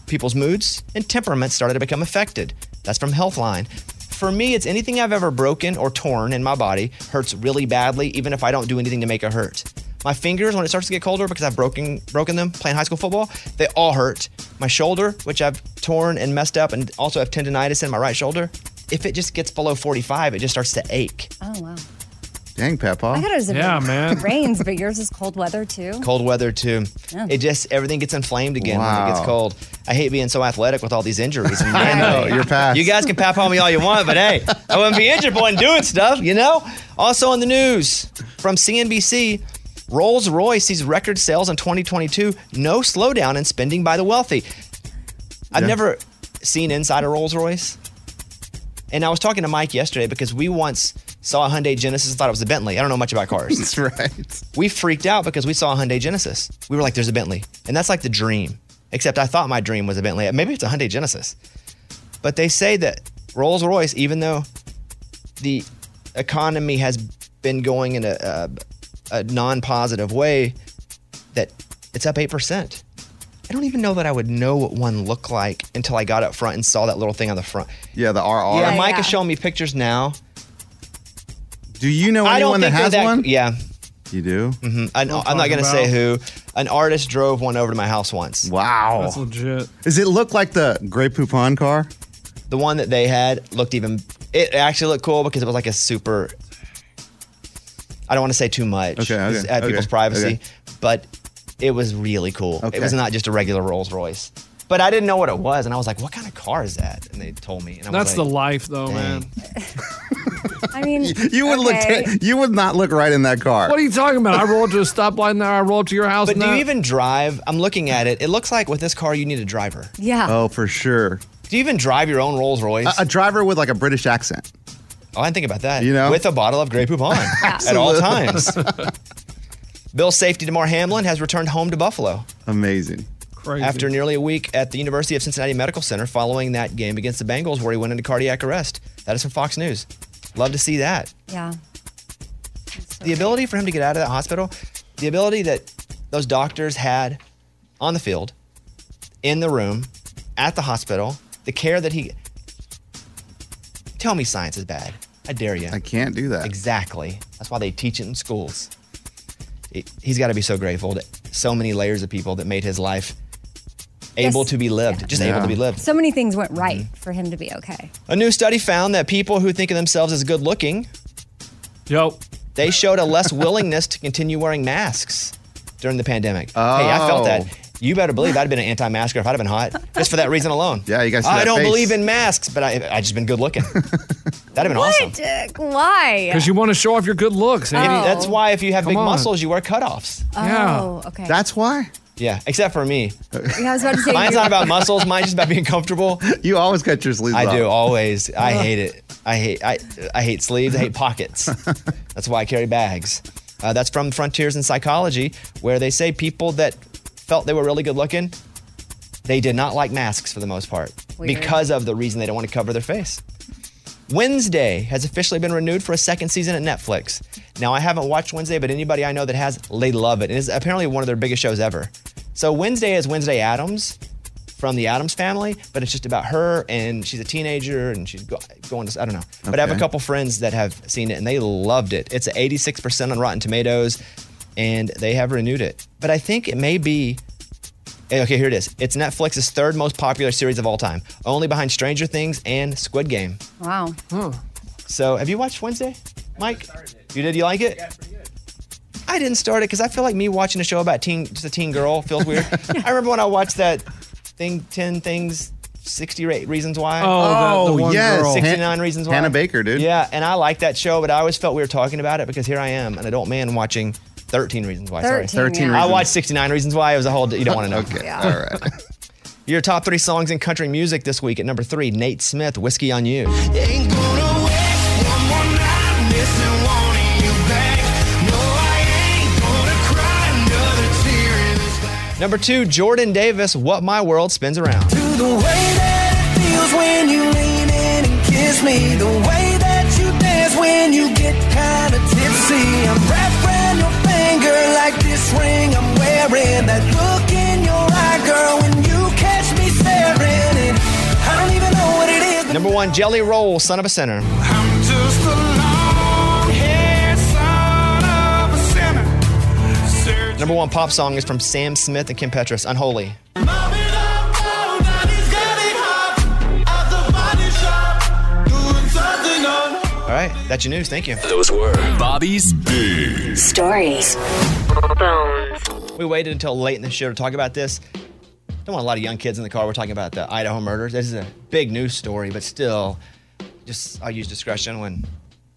Speaker 1: people's moods and temperaments started to become affected. That's from Healthline. For me, it's anything I've ever broken or torn in my body hurts really badly, even if I don't do anything to make it hurt. My fingers, when it starts to get colder because I've broken broken them playing high school football, they all hurt. My shoulder, which I've torn and messed up, and also have tendonitis in my right shoulder. If it just gets below 45, it just starts to ache.
Speaker 2: Oh wow.
Speaker 5: Dang, Papa.
Speaker 2: I thought it was it rains, but yours is cold weather too.
Speaker 1: cold weather too.
Speaker 2: Yeah.
Speaker 1: It just everything gets inflamed again when it
Speaker 5: Wow.
Speaker 1: gets cold. I hate being so athletic with all these injuries. And man,
Speaker 5: know, you're past.
Speaker 1: You guys can pap on me all you want, but hey, I wouldn't be injured when doing stuff, you know. Also on the news from CNBC, Rolls Royce sees record sales in 2022. No slowdown in spending by the wealthy. I've
Speaker 15: Yeah.
Speaker 1: never seen inside a Rolls Royce. And I was talking to Mike yesterday because we once saw a Hyundai Genesis and thought it was a Bentley. I don't know much about cars. that's
Speaker 5: right.
Speaker 1: We freaked out because we saw a Hyundai Genesis. We were like, there's a Bentley. And that's like the dream. Except I thought my dream was a Bentley. Maybe it's a Hyundai Genesis. But they say that Rolls Royce, even though the economy has been going in a, a, a non positive way, that it's up 8%. I don't even know that I would know what one looked like until I got up front and saw that little thing on the front.
Speaker 5: Yeah, the RR.
Speaker 1: Yeah, Mike is showing me pictures now.
Speaker 5: Do you know
Speaker 1: I don't
Speaker 5: anyone that
Speaker 1: think they're
Speaker 5: has one?
Speaker 1: Yeah.
Speaker 5: You do?
Speaker 1: hmm I, know- I'm not going to say who. An artist drove one over to my house once.
Speaker 5: Wow.
Speaker 6: That's legit.
Speaker 5: Does it look like the Grey Poupon car?
Speaker 1: The one that they had looked even. It actually looked cool because it was like a super. I don't want to say too much. Okay.
Speaker 5: okay,
Speaker 1: At
Speaker 5: okay,
Speaker 1: people's privacy,
Speaker 5: okay.
Speaker 1: but it was really cool.
Speaker 5: Okay.
Speaker 1: It was not just a regular Rolls Royce. But I didn't know what it was, and I was like, "What kind of car is that?" And they told me, and I was
Speaker 6: That's
Speaker 1: like,
Speaker 6: the life, though, man.
Speaker 2: I mean,
Speaker 5: You would look. T- you would not look right in that car.
Speaker 6: What are you talking about? I rolled to a stoplight and then I rolled to your house.
Speaker 1: But
Speaker 6: and
Speaker 1: do you
Speaker 6: that-
Speaker 1: even drive? I'm looking at it. It looks like with this car, you need a driver.
Speaker 2: Yeah.
Speaker 5: Oh, for sure.
Speaker 1: Do you even drive your own Rolls Royce?
Speaker 5: A, a driver with like a British accent.
Speaker 1: Oh, I didn't think about that.
Speaker 5: You know?
Speaker 1: with a bottle of Grey Poupon at all
Speaker 5: Absolutely.
Speaker 1: times. Bill Safety Demar Hamlin has returned home to Buffalo
Speaker 5: Amazing.
Speaker 6: Crazy.
Speaker 1: after nearly a week at the University of Cincinnati Medical Center following that game against the Bengals where he went into cardiac arrest. That is from Fox News. Love to see that.
Speaker 2: yeah.
Speaker 1: the ability for him to get out of that hospital, the ability that those doctors had on the field, in the room, at the hospital, the care that he. Tell me science is bad. I dare you. I
Speaker 5: can't do that.
Speaker 1: Exactly. That's why they teach it in schools. It- he's got to be so grateful to so many layers of people that made his life able
Speaker 2: Yes.
Speaker 1: to be lived, just able to be lived.
Speaker 2: So many things went right for him to be okay.
Speaker 1: A new study found that people who think of themselves as good looking,
Speaker 6: yep,
Speaker 1: they showed a less willingness to continue wearing masks during the pandemic. Hey, I felt that.
Speaker 6: Oh.
Speaker 1: You better believe I'd have been an anti-masker if I'd have been hot, just for that reason alone. Yeah, you
Speaker 5: guys see
Speaker 1: I
Speaker 5: that
Speaker 1: don't
Speaker 5: face.
Speaker 1: believe in masks, but I I just been good looking. That'd have been awesome.
Speaker 2: What? Uh, Why?
Speaker 6: Because you want to show off your good looks.
Speaker 1: If-
Speaker 6: Andy.
Speaker 1: That's why if you have
Speaker 6: Come
Speaker 1: big
Speaker 6: on.
Speaker 1: muscles, you wear cutoffs.
Speaker 2: Oh, okay.
Speaker 5: why.
Speaker 1: Yeah, except for me.
Speaker 2: Yeah, I was about to say.
Speaker 1: Mine's not about muscles. Mine's just about being comfortable.
Speaker 5: You always cut your sleeves.
Speaker 1: I do
Speaker 5: off.
Speaker 1: always. I
Speaker 5: Ugh.
Speaker 1: hate it. I hate I I hate sleeves. I hate pockets. that's why I carry bags. Uh, that's from Frontiers in Psychology, where they say people that felt they were really good looking, they did not like masks for the most part
Speaker 4: Weird.
Speaker 1: because of the reason they don't want to cover their face. Wednesday has officially been renewed for a second season at Netflix. Now I haven't watched Wednesday, but anybody I know that has, they love it. And it's apparently one of their biggest shows ever. So Wednesday is Wednesday Adams from the Adams family, but it's just about her and she's a teenager and she's go- going to, I don't know. But I have a
Speaker 4: Okay.
Speaker 1: couple friends that have seen it and they loved it. It's at 86% on Rotten Tomatoes and they have renewed it. But I think it may be, eh, okay, here it is. It's Netflix's third most popular series of all time, only behind Stranger Things and Squid Game.
Speaker 2: Wow.
Speaker 1: So have you watched Wednesday, Mike? You did? You like it? I didn't start it because I feel like me watching a show about teen, just a teen girl feels weird. I remember when I watched that thing, Ten Things, Sixty Eight Reasons Why.
Speaker 5: Oh, the- the one yes. girl.
Speaker 1: Sixty Nine
Speaker 5: Han-
Speaker 1: Reasons Why.
Speaker 5: Hannah Baker, dude.
Speaker 1: Yeah, and I like that show, but I always felt we were talking about it because here I am, an adult man watching Thirteen Reasons Why. Sorry,
Speaker 5: 13, 13 yeah.
Speaker 1: I
Speaker 5: reasons.
Speaker 1: watched Sixty Nine Reasons Why. It was a whole. You don't want to know.
Speaker 5: Okay, Yeah. all right.
Speaker 1: Your top three songs in country music this week at number three: Nate Smith, "Whiskey on You."
Speaker 4: Ain't gonna waste one more night missing wanting you back. No, I ain't gonna cry another tear in this
Speaker 1: Number two, Jordan Davis, What My World Spins Around.
Speaker 4: To the way that it feels when you lean in and kiss me. The way that you dance when you get kinda tipsy. I'm wrapped around your finger like this ring I'm wearing. That look in your eye, girl, when you catch me staring. And I don't even know what it is.
Speaker 1: Number one, Jelly Roll, Son of a Sinner.
Speaker 4: I'm just a long-haired son of a sinner. Searching
Speaker 1: Number one pop song is from Sam Smith and Kim Petras, Unholy.
Speaker 4: at the body shop, doing something on
Speaker 1: All right, that's your news. Thank you.
Speaker 14: Those were Bobby's Big Stories.
Speaker 1: We waited until late in the show to talk about this. Don't want a lot of young kids in the car. We're talking about the Idaho murders. This is a big news story, but still, just I'll use discretion when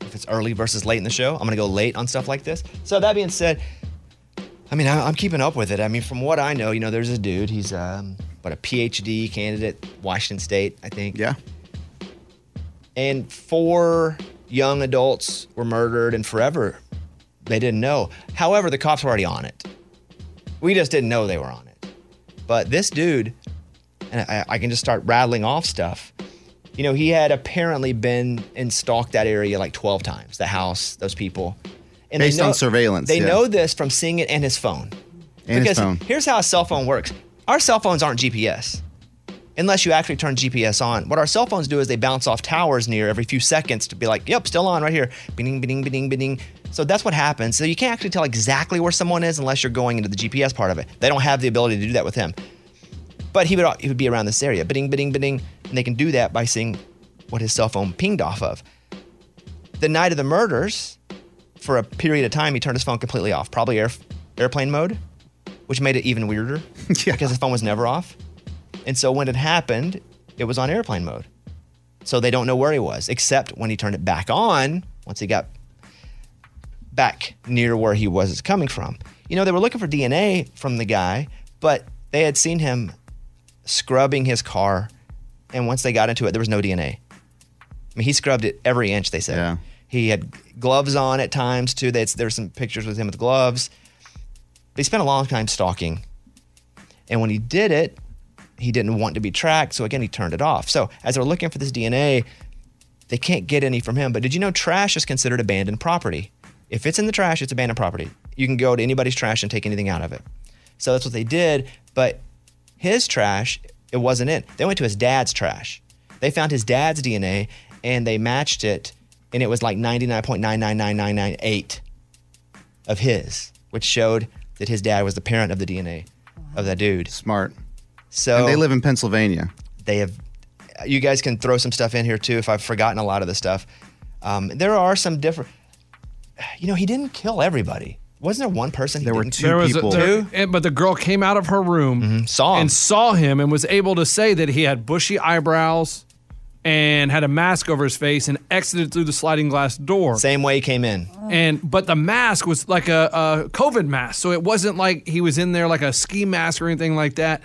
Speaker 1: if it's early versus late in the show. I'm gonna go late on stuff like this. So that being said, I mean I, I'm keeping up with it. I mean from what I know, you know, there's a dude. He's um, what a PhD candidate, Washington State, I think.
Speaker 5: Yeah.
Speaker 1: And four young adults were murdered, and forever they didn't know. However, the cops were already on it. We just didn't know they were on it. But this dude, and I, I can just start rattling off stuff. You know, he had apparently been and stalked that area like 12 times, the house, those people. they
Speaker 5: Based on surveillance,
Speaker 1: They
Speaker 5: yeah.
Speaker 1: know this from seeing it and his phone.
Speaker 5: And his
Speaker 1: because
Speaker 5: phone.
Speaker 1: here's how a cell phone works Our cell phones aren't GPS unless you actually turn GPS on. What our cell phones do is they bounce off towers near every few seconds to be like, yep, still on right here. Bing, bing, bing, bing, bing. So that's what happens. So you can't actually tell exactly where someone is unless you're going into the GPS part of it. They don't have the ability to do that with him. But he would he would be around this area, bidding, bidding, bidding, and they can do that by seeing what his cell phone pinged off of. The night of the murders, for a period of time, he turned his phone completely off, probably air, airplane mode, which made it even weirder because his phone was never off. And so when it happened, it was on airplane mode. So they don't know where he was, except when he turned it back on, once he got back near where he was coming from. You know, they were looking for DNA from the guy, but they had seen him scrubbing his car. And once they got into it, there was no DNA. I mean, he scrubbed it every inch, they said. He had gloves on at times, too. They, there were some pictures with him with gloves. They spent a long time stalking. And when he did it, he didn't want to be tracked. So again, he turned it off. So as they're looking for this DNA, they can't get any from him. But did you know trash is considered abandoned property? If it's in the trash, it's abandoned property. You can go to anybody's trash and take anything out of it. So that's what they did. But his trash, it wasn't in. They went to his dad's trash. They found his dad's DNA and they matched it, and it was like 99.99998 of his, which showed that his dad was the parent of the DNA of that dude.
Speaker 5: Smart.
Speaker 1: So
Speaker 5: And they live in Pennsylvania.
Speaker 1: They have. You guys can throw some stuff in here too if I've forgotten a lot of the stuff. Um, there are some different. You know, he didn't kill everybody. Wasn't there one person? There were
Speaker 6: There was a- there- and- but the girl came out of her room,
Speaker 1: Mm-hmm. saw
Speaker 6: him. and saw him, and was able to say that he had bushy eyebrows, and had a mask over his face, and exited through the sliding glass door.
Speaker 1: Same way he came in.
Speaker 6: Mm. And but the mask was like a, a COVID mask, so it wasn't like he was in there like a ski mask or anything like that.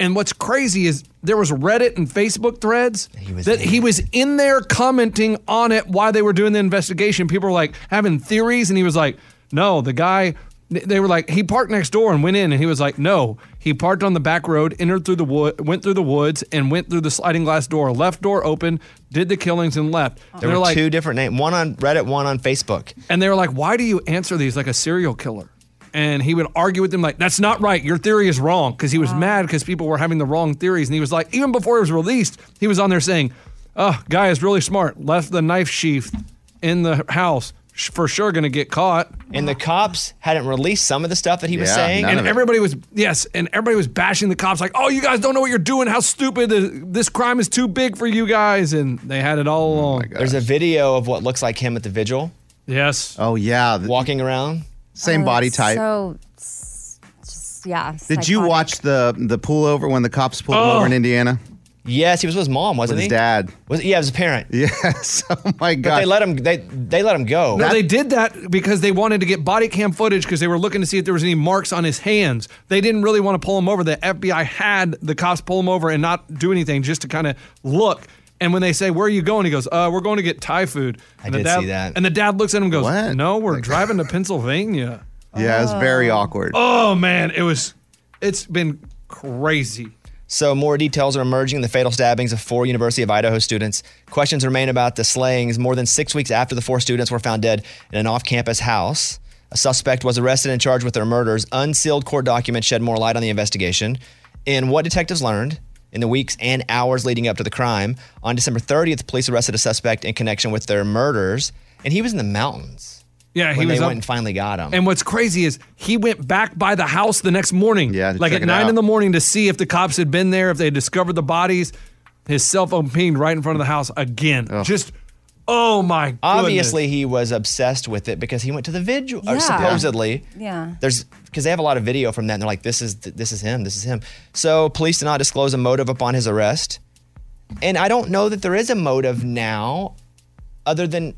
Speaker 6: And what's crazy is there was Reddit and Facebook threads that he was in there commenting on it while they were doing the investigation. People were like having theories, and he was like, "No, the guy." They were like, he parked next door and went in, and he was like, "No, he parked on the back road, entered through the wood, went through the woods, and went through the sliding glass door. Left door open, did the killings, and left."
Speaker 1: There
Speaker 6: They're
Speaker 1: were
Speaker 6: like,
Speaker 1: two different names. One on Reddit, one on Facebook.
Speaker 6: and they were like, why do you answer these like a serial killer? And he would argue with them like, that's not right. Your theory is wrong. Because he was mad because people were having the wrong theories. And he was like, even before he was released, he was on there saying, oh, guy is really smart. Left the knife sheath in the house. Sh- For sure going to get caught.
Speaker 1: And the cops hadn't released some of the stuff that he was saying.
Speaker 6: And everybody was, yes, and everybody was bashing the cops like, oh, you guys don't know what you're doing. How stupid. This crime is too big for you guys. And they had it all along.
Speaker 1: There's a video of what looks like him at the vigil.
Speaker 6: Yes.
Speaker 5: Oh yeah.
Speaker 1: Walking around.
Speaker 5: Same
Speaker 2: Oh,
Speaker 5: body
Speaker 2: it's
Speaker 5: type.
Speaker 2: So, it's just, yeah.
Speaker 5: Did you
Speaker 2: psychotic.
Speaker 5: watch the the pullover when the cops pulled him over in Indiana?
Speaker 1: Oh. Yes, he was with his mom, wasn't
Speaker 5: with
Speaker 1: he?
Speaker 5: His dad.
Speaker 1: Was yeah, his parent.
Speaker 5: Yes. Oh my
Speaker 1: But
Speaker 5: god.
Speaker 1: they let him. They they let him go.
Speaker 6: No, they did that because they wanted to get body cam footage because they were looking to see if there was any marks on his hands. They didn't really want to pull him over. The FBI had the cops pull him over and not do anything just to kind of look. And when they say, "Where are you going?" he goes, "Uh, we're going to get Thai food."
Speaker 1: I
Speaker 6: And the
Speaker 1: did
Speaker 6: dad,
Speaker 1: see that.
Speaker 6: And the dad looks at him and goes, "No, we're driving to Pennsylvania."
Speaker 5: Yeah, it was very awkward.
Speaker 6: Oh man, it was. It's been crazy.
Speaker 1: So more details are emerging in the fatal stabbings of four University of Idaho students. Questions remain about the slayings more than six weeks after the four students were found dead in an off-campus house. A suspect was arrested and charged with their murders. Unsealed court documents shed more light on the investigation and what detectives learned in the weeks and hours leading up to the crime. On December 30th, police arrested a suspect in connection with their murders, and he was in the mountains.
Speaker 6: Yeah, he
Speaker 1: when
Speaker 6: was
Speaker 1: they
Speaker 6: up-
Speaker 1: went and finally got him.
Speaker 6: And what's crazy is he went back by the house the next morning. Yeah, like
Speaker 1: check
Speaker 6: at
Speaker 1: it
Speaker 6: nine
Speaker 1: out.
Speaker 6: in the morning to see if the cops had been there, if they had discovered the bodies. His cell phone pinged right in front of the house again. Just oh my! Goodness.
Speaker 1: Obviously, he was obsessed with it because he went to the vigil,
Speaker 2: Yeah.
Speaker 1: or supposedly.
Speaker 2: Yeah.
Speaker 1: There's because they have a lot of video from that, and they're like, "This is this is him, this is him." So police did not disclose a motive upon his arrest, and I don't know that there is a motive now, other than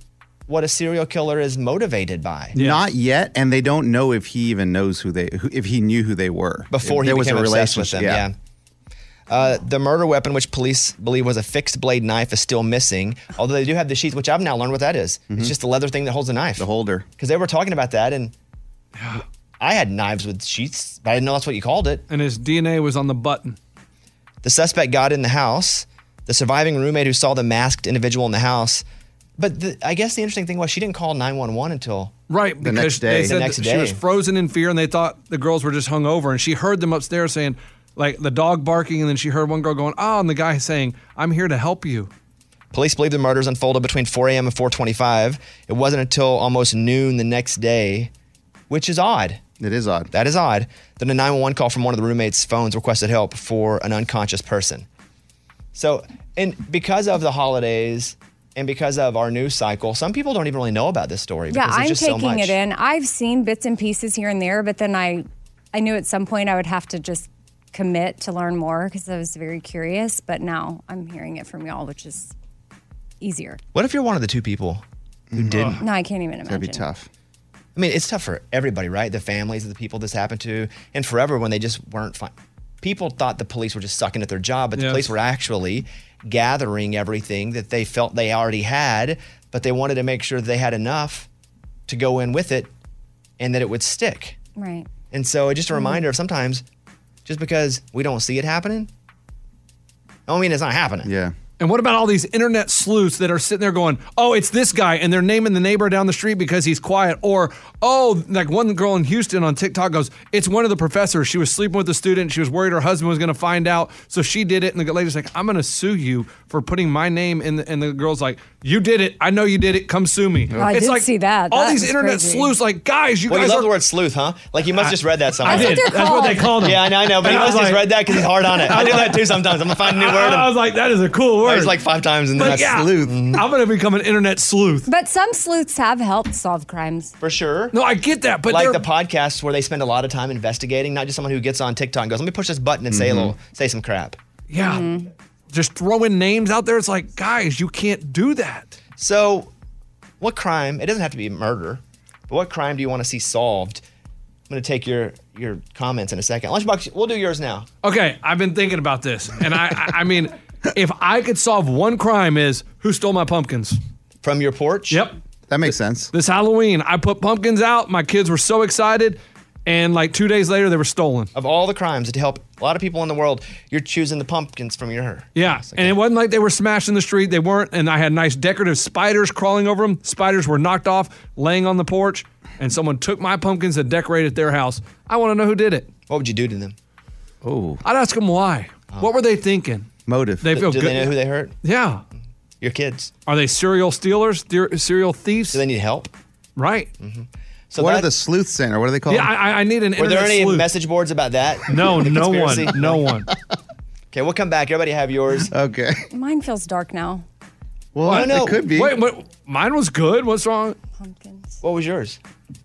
Speaker 1: what a serial killer is motivated by.
Speaker 5: Not yet, and they don't know if he even knows who they who, if he knew who they were
Speaker 1: before
Speaker 5: If
Speaker 1: he
Speaker 5: there
Speaker 1: became
Speaker 5: was a
Speaker 1: obsessed with
Speaker 5: relationship.
Speaker 1: them. Yeah. Uh, the murder weapon, which police believe was a fixed blade knife, is still missing. Although they do have the sheath, which I've now learned what that is. It's just the leather thing that holds the knife. The
Speaker 5: holder.
Speaker 1: Because they were talking about that, and I had knives with sheaths, but I didn't know that's what you called it.
Speaker 6: And his DNA was on the button.
Speaker 1: The suspect got in the house. The surviving roommate who saw the masked individual in the house. But the, I guess the interesting thing was she didn't call 911 until
Speaker 6: Right,
Speaker 1: The
Speaker 6: because
Speaker 1: next
Speaker 6: they
Speaker 1: day.
Speaker 6: said
Speaker 1: The next
Speaker 6: that she
Speaker 1: day.
Speaker 6: was frozen in fear, and they thought the girls were just hung over. And she heard them upstairs saying, like the dog barking, and then she heard one girl going, "Oh," and the guy saying, "I'm here to help you."
Speaker 1: Police believe the murders unfolded between 4 a.m. and 4:25. It wasn't until almost noon the next day, which is odd.
Speaker 5: It is odd.
Speaker 1: That is odd. Then a 911 call from one of the roommates' phones requested help for an unconscious person. So, and because of the holidays and because of our news cycle, some people don't even really know about this story.
Speaker 2: Yeah,
Speaker 1: because there's
Speaker 2: I'm
Speaker 1: just
Speaker 2: taking
Speaker 1: so much.
Speaker 2: it in. I've seen bits and pieces here and there, but then I, I knew at some point I would have to just commit to learn more because I was very curious. But now I'm hearing it from y'all, which is easier.
Speaker 1: What if you're one of the two people who
Speaker 5: Mm-hmm.
Speaker 1: didn't?
Speaker 2: No, I can't even imagine.
Speaker 5: tough.
Speaker 1: I mean, it's tough for everybody, right? The families of the people this happened to, and forever when they just weren't fine. People thought the police were just sucking at their job, but the
Speaker 6: Yes.
Speaker 1: police were actually gathering everything that they felt they already had, but they wanted to make sure they had enough to go in with it and that it would stick.
Speaker 2: Right.
Speaker 1: And so it's just a
Speaker 2: Mhm.
Speaker 1: reminder of sometimes just because we don't see it happening, I don't mean it's not happening.
Speaker 5: Yeah.
Speaker 6: And what about all these internet sleuths that are sitting there going, "Oh, it's this guy," and they're naming the neighbor down the street because he's quiet, or oh, like one girl in Houston on TikTok goes, "It's one of the professors. She was sleeping with a student. She was worried her husband was going to find out, so she did it." And the lady's like, "I'm going to sue you for putting my name in." The, and the girl's like, "You did it. I know you did it. Come sue me."
Speaker 2: Oh, I
Speaker 6: it's
Speaker 2: did
Speaker 6: like
Speaker 2: see that.
Speaker 6: All
Speaker 2: That
Speaker 6: these
Speaker 2: was
Speaker 6: internet
Speaker 2: crazy.
Speaker 6: sleuths, like guys, you
Speaker 1: well,
Speaker 6: guys
Speaker 1: you love
Speaker 6: are
Speaker 1: the word sleuth, huh? Like you must just read that somewhere.
Speaker 6: I did. That's what they're That's what they called. called 'em.
Speaker 1: Yeah, I know, I know. But
Speaker 6: And
Speaker 1: you
Speaker 6: I
Speaker 1: must
Speaker 6: was
Speaker 1: just
Speaker 6: like-
Speaker 1: read that because he's hard on it. I do that too sometimes. I'm gonna find a new word.
Speaker 6: I- I was like, that is a cool word.
Speaker 1: I was like five times and then
Speaker 6: But
Speaker 1: I-
Speaker 6: yeah, I'm going to become an internet sleuth.
Speaker 2: But some sleuths have helped solve crimes.
Speaker 1: For sure.
Speaker 6: No, I get that, but
Speaker 1: like
Speaker 6: they're-
Speaker 1: the podcasts where they spend a lot of time investigating, not just someone who gets on TikTok and goes, "Let me push this button and say a
Speaker 6: Mhm.
Speaker 1: little, say some crap."
Speaker 6: Yeah. Just throwing names out there. It's like, guys, you can't do that.
Speaker 1: So, what crime? It doesn't have to be murder, but what crime do you want to see solved? I'm going to take your your comments in a second. Lunchbox, we'll do yours now.
Speaker 6: Okay, I've been thinking about this, and I, I, I mean, if I could solve one crime, is who stole my pumpkins
Speaker 1: from your porch?
Speaker 6: Yep,
Speaker 5: that makes sense.
Speaker 6: This Halloween, I put pumpkins out. My kids were so excited, and like two days later, they were stolen.
Speaker 1: Of all the crimes to help a lot of people in the world, you're choosing the pumpkins from your.
Speaker 6: Yeah, and it wasn't like they were smashed in the street. They weren't, and I had nice decorative spiders crawling over them. Spiders were knocked off, laying on the porch, and someone took my pumpkins and decorated their house. I want to know who did it.
Speaker 1: What would you do to them?
Speaker 5: Oh,
Speaker 6: I'd ask them why. What were they thinking?
Speaker 5: Motive.
Speaker 6: They
Speaker 1: Do-
Speaker 6: feel
Speaker 1: do
Speaker 6: good.
Speaker 1: they know who they hurt?
Speaker 6: Yeah.
Speaker 1: Your kids.
Speaker 6: Are they serial stealers? They're serial thieves? Do
Speaker 1: they need help?
Speaker 6: Right.
Speaker 1: So
Speaker 5: what
Speaker 1: that-
Speaker 5: are the sleuths in, or what are they called?
Speaker 6: Yeah, I, I- I need an
Speaker 1: Were there
Speaker 6: internet
Speaker 1: any
Speaker 6: sleuth.
Speaker 1: message boards about that?
Speaker 6: No,
Speaker 1: The
Speaker 6: no
Speaker 1: conspiracy?
Speaker 6: one. No one.
Speaker 1: Okay, we'll come back. Everybody have yours.
Speaker 5: okay.
Speaker 2: Mine feels dark now.
Speaker 5: Well,
Speaker 1: I know.
Speaker 6: Wait, what? Mine was good. What's wrong?
Speaker 2: Pumpkins.
Speaker 1: What was yours?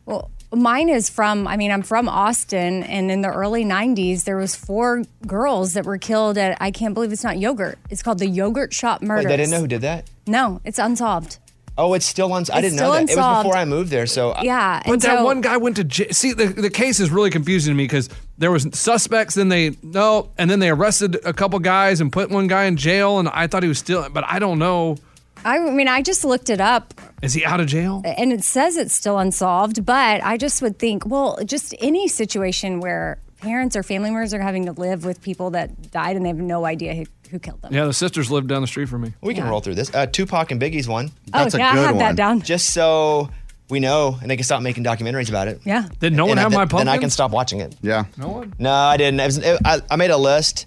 Speaker 2: Well, mine is from, I mean, I'm from Austin, and in the early 90s, there was four girls that were killed at, I can't believe it's not yogurt. It's called the Yogurt Shop
Speaker 1: Wait,
Speaker 2: Murders.
Speaker 1: they didn't know who did that.
Speaker 2: No, it's unsolved.
Speaker 1: Oh, it's still on. I
Speaker 2: It's
Speaker 1: didn't know
Speaker 2: still
Speaker 1: that. It was
Speaker 2: unsolved.
Speaker 1: before I moved there. So I-
Speaker 2: Yeah.
Speaker 6: But
Speaker 2: Uh, and
Speaker 6: that
Speaker 2: so-
Speaker 6: one guy went to jail. See, the, the case is really confusing to me because there was suspects, then they no, and then they arrested a couple guys and put one guy in jail, and I thought he was still, but I don't know.
Speaker 2: I mean, I just looked it up
Speaker 6: Is he out of jail?
Speaker 2: and it says it's still unsolved, but I just would think, well, just any situation where parents or family members are having to live with people that died and they have no idea who, who killed them.
Speaker 6: Yeah, the sisters lived down the street from me.
Speaker 1: we can
Speaker 2: Yeah.
Speaker 1: roll through this. Uh, Tupac and Biggie's one.
Speaker 2: Oh, That's a yeah, I good had that one. down.
Speaker 1: Just so we know, and they can stop making documentaries about it.
Speaker 2: Yeah.
Speaker 6: Did no
Speaker 1: And
Speaker 6: one
Speaker 1: I-
Speaker 6: have my
Speaker 1: Then I can
Speaker 6: pumpkins?
Speaker 1: stop watching it.
Speaker 5: Yeah.
Speaker 6: No one.
Speaker 1: No, I didn't. It was, it- I, I made a list.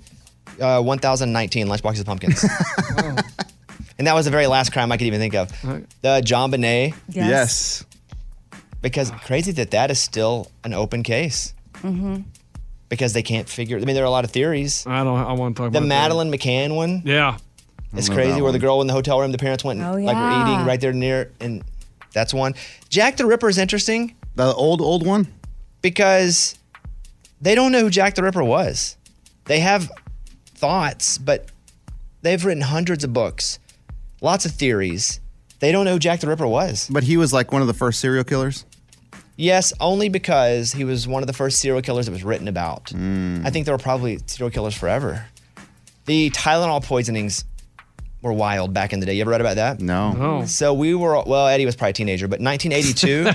Speaker 1: Uh, 1,019 lunchboxes of pumpkins.
Speaker 6: Oh.
Speaker 1: And that was the very last crime I could even think of. The John Bonet.
Speaker 2: Yes. Yes.
Speaker 1: Because crazy that that is still an open case
Speaker 2: Mm-hmm.
Speaker 1: because they can't figure. I mean, there are a lot of theories.
Speaker 6: I don't. I want to talk
Speaker 1: the
Speaker 6: about that.
Speaker 1: Madeline McCann one.
Speaker 6: Yeah.
Speaker 1: It's
Speaker 6: know
Speaker 1: crazy
Speaker 6: that
Speaker 1: where the girl in the hotel room, the parents went and
Speaker 6: Oh,
Speaker 1: like were
Speaker 6: yeah.
Speaker 1: eating right there near, and that's one. Jack the Ripper is interesting.
Speaker 5: The old old one.
Speaker 1: Because they don't know who Jack the Ripper was. They have thoughts, but they've written hundreds of books, lots of theories. They don't know who Jack the Ripper was.
Speaker 5: But he was like one of the first serial killers.
Speaker 1: Yes, only because he was one of the first serial killers that was written about.
Speaker 5: Hmm.
Speaker 1: I think there were probably serial killers forever. The Tylenol poisonings were wild back in the day. You ever read about that?
Speaker 5: No.
Speaker 6: No.
Speaker 1: So we were well, Eddie was probably a teenager, but 1982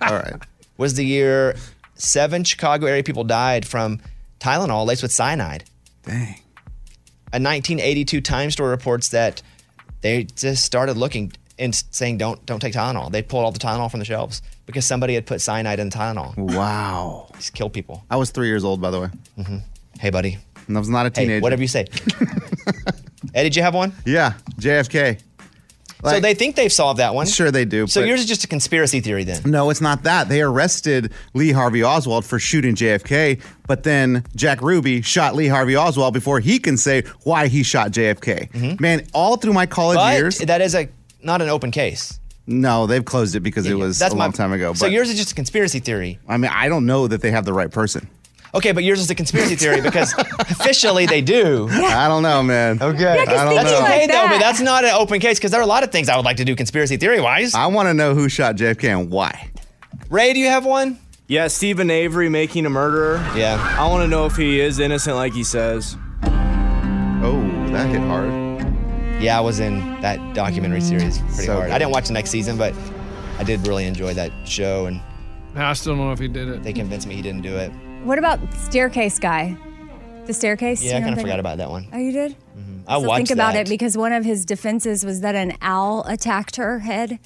Speaker 5: All right.
Speaker 1: was the year seven Chicago area people died from Tylenol laced with cyanide.
Speaker 5: Dang.
Speaker 1: A 1982 Times story reports that they just started looking and s- saying, "Don't don't take Tylenol." They pulled all the Tylenol from the shelves because somebody had put cyanide in Tylenol.
Speaker 5: Wow.
Speaker 1: Just kill people. Mm-hmm.
Speaker 5: I was three years old, by the way.
Speaker 1: Hey, buddy.
Speaker 5: And I was not a teenager.
Speaker 1: whatever you say. Ed, did you have one?
Speaker 5: Yeah, JFK.
Speaker 1: so they think they've solved that one.
Speaker 5: Sure, they do.
Speaker 1: So
Speaker 5: but-
Speaker 1: yours is just a conspiracy theory then.
Speaker 5: No, it's not that. They arrested Lee Harvey Oswald for shooting JFK, but then Jack Ruby shot Lee Harvey Oswald before he can say why he shot JFK. Man, all through my college
Speaker 1: Hmm? But
Speaker 5: years,
Speaker 1: that is a Mm-hmm. not an open case.
Speaker 5: No, they've closed it because it was
Speaker 1: That's
Speaker 5: a
Speaker 1: my-
Speaker 5: long time ago.
Speaker 1: So
Speaker 5: but-
Speaker 1: yours is just a conspiracy theory.
Speaker 5: I mean, I don't know that they have the right person.
Speaker 1: Okay, but yours is a conspiracy theory because officially they do.
Speaker 5: I don't know, man. Okay.
Speaker 1: Yeah,
Speaker 5: I don't
Speaker 1: that's
Speaker 5: know.
Speaker 1: okay though, but that's not an open case because there are a lot of things I would like to do conspiracy theory wise.
Speaker 5: I want to know who shot JFK and why.
Speaker 1: Ray, do you have one?
Speaker 15: Yeah, Stephen Avery making a murderer.
Speaker 1: Yeah.
Speaker 15: I want to know if he is innocent like he says.
Speaker 5: Oh, that hit hard.
Speaker 1: Yeah, I was in that documentary series pretty
Speaker 15: So
Speaker 1: hard. I
Speaker 15: good.
Speaker 1: didn't watch the next season, but I did really enjoy that show, and
Speaker 6: I still don't know if he did it.
Speaker 1: They convinced me he didn't do it.
Speaker 2: What about staircase guy? The staircase.
Speaker 1: Yeah, I
Speaker 2: You know
Speaker 1: kind of
Speaker 2: what
Speaker 1: forgot
Speaker 2: I'm
Speaker 1: about that one.
Speaker 2: thinking? Oh, you did.
Speaker 1: I
Speaker 2: So
Speaker 1: watched
Speaker 2: think about
Speaker 1: that.
Speaker 2: it because one of his defenses was that an owl attacked her head.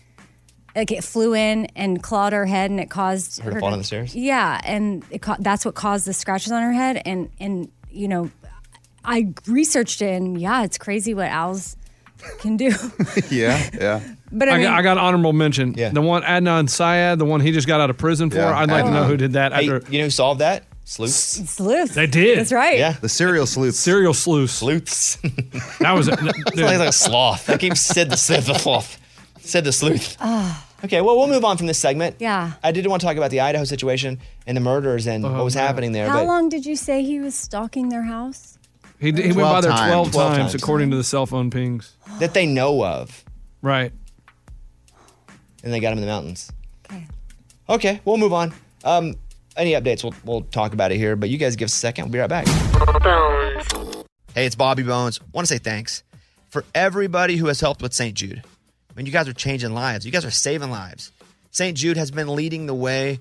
Speaker 2: Like it flew in and clawed her head, and it caused
Speaker 1: Her to fall down the stairs?
Speaker 2: Yeah, and it ca- that's what caused the scratches on her head. And and you know, I researched it, and yeah, it's crazy what owls can do.
Speaker 5: yeah, yeah.
Speaker 2: But I
Speaker 6: I,
Speaker 2: mean-
Speaker 6: got, I got honorable mention. Yeah. The one Adnan Syed, the one he just got out of prison for.
Speaker 5: Yeah,
Speaker 6: I'd like to know
Speaker 2: Oh.
Speaker 5: Adnan.
Speaker 6: who did that.
Speaker 5: Hey,
Speaker 1: you know who solved that? Sleuths.
Speaker 2: Sleuths.
Speaker 6: They did.
Speaker 2: That's right.
Speaker 1: Yeah.
Speaker 5: The serial sleuths.
Speaker 6: Serial sleuths.
Speaker 1: Sleuths.
Speaker 6: that was.
Speaker 1: It's like, like a sloth. I keep Sid the Sith the sloth. Sid the sleuth. Okay, well, we'll move on from this segment.
Speaker 2: Ah. Yeah.
Speaker 1: I did want to talk about the Idaho situation and the murders and what was happening there.
Speaker 2: How
Speaker 1: but
Speaker 2: long did you say he was stalking their house?
Speaker 6: He, d- he went by there
Speaker 1: 12
Speaker 6: 12
Speaker 1: times.
Speaker 6: times,
Speaker 1: 12 times.
Speaker 6: according to the cell phone pings.
Speaker 1: That they know of.
Speaker 6: Right.
Speaker 1: And they got him in the mountains. Okay. Okay, we'll move on. Um, any updates? We'll, we'll talk about it here, but you guys give us a second. We'll be right back. Hey, it's Bobby Bones. Want to say thanks for everybody who has helped with St. Jude. I mean, you guys are changing lives. You guys are saving lives. St. Jude has been leading the way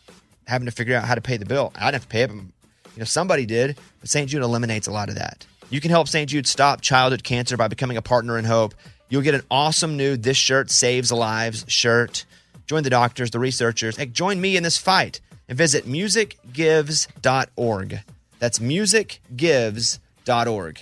Speaker 1: having to figure out how to pay the bill. I didn't have to pay it, but you know, somebody did. But St. Jude eliminates a lot of that. You can help St. Jude stop childhood cancer by becoming a partner in hope. You'll get an awesome new This Shirt Saves Lives shirt. Join the doctors, the researchers, and join me in this fight and visit musicgives.org. That's musicgives.org.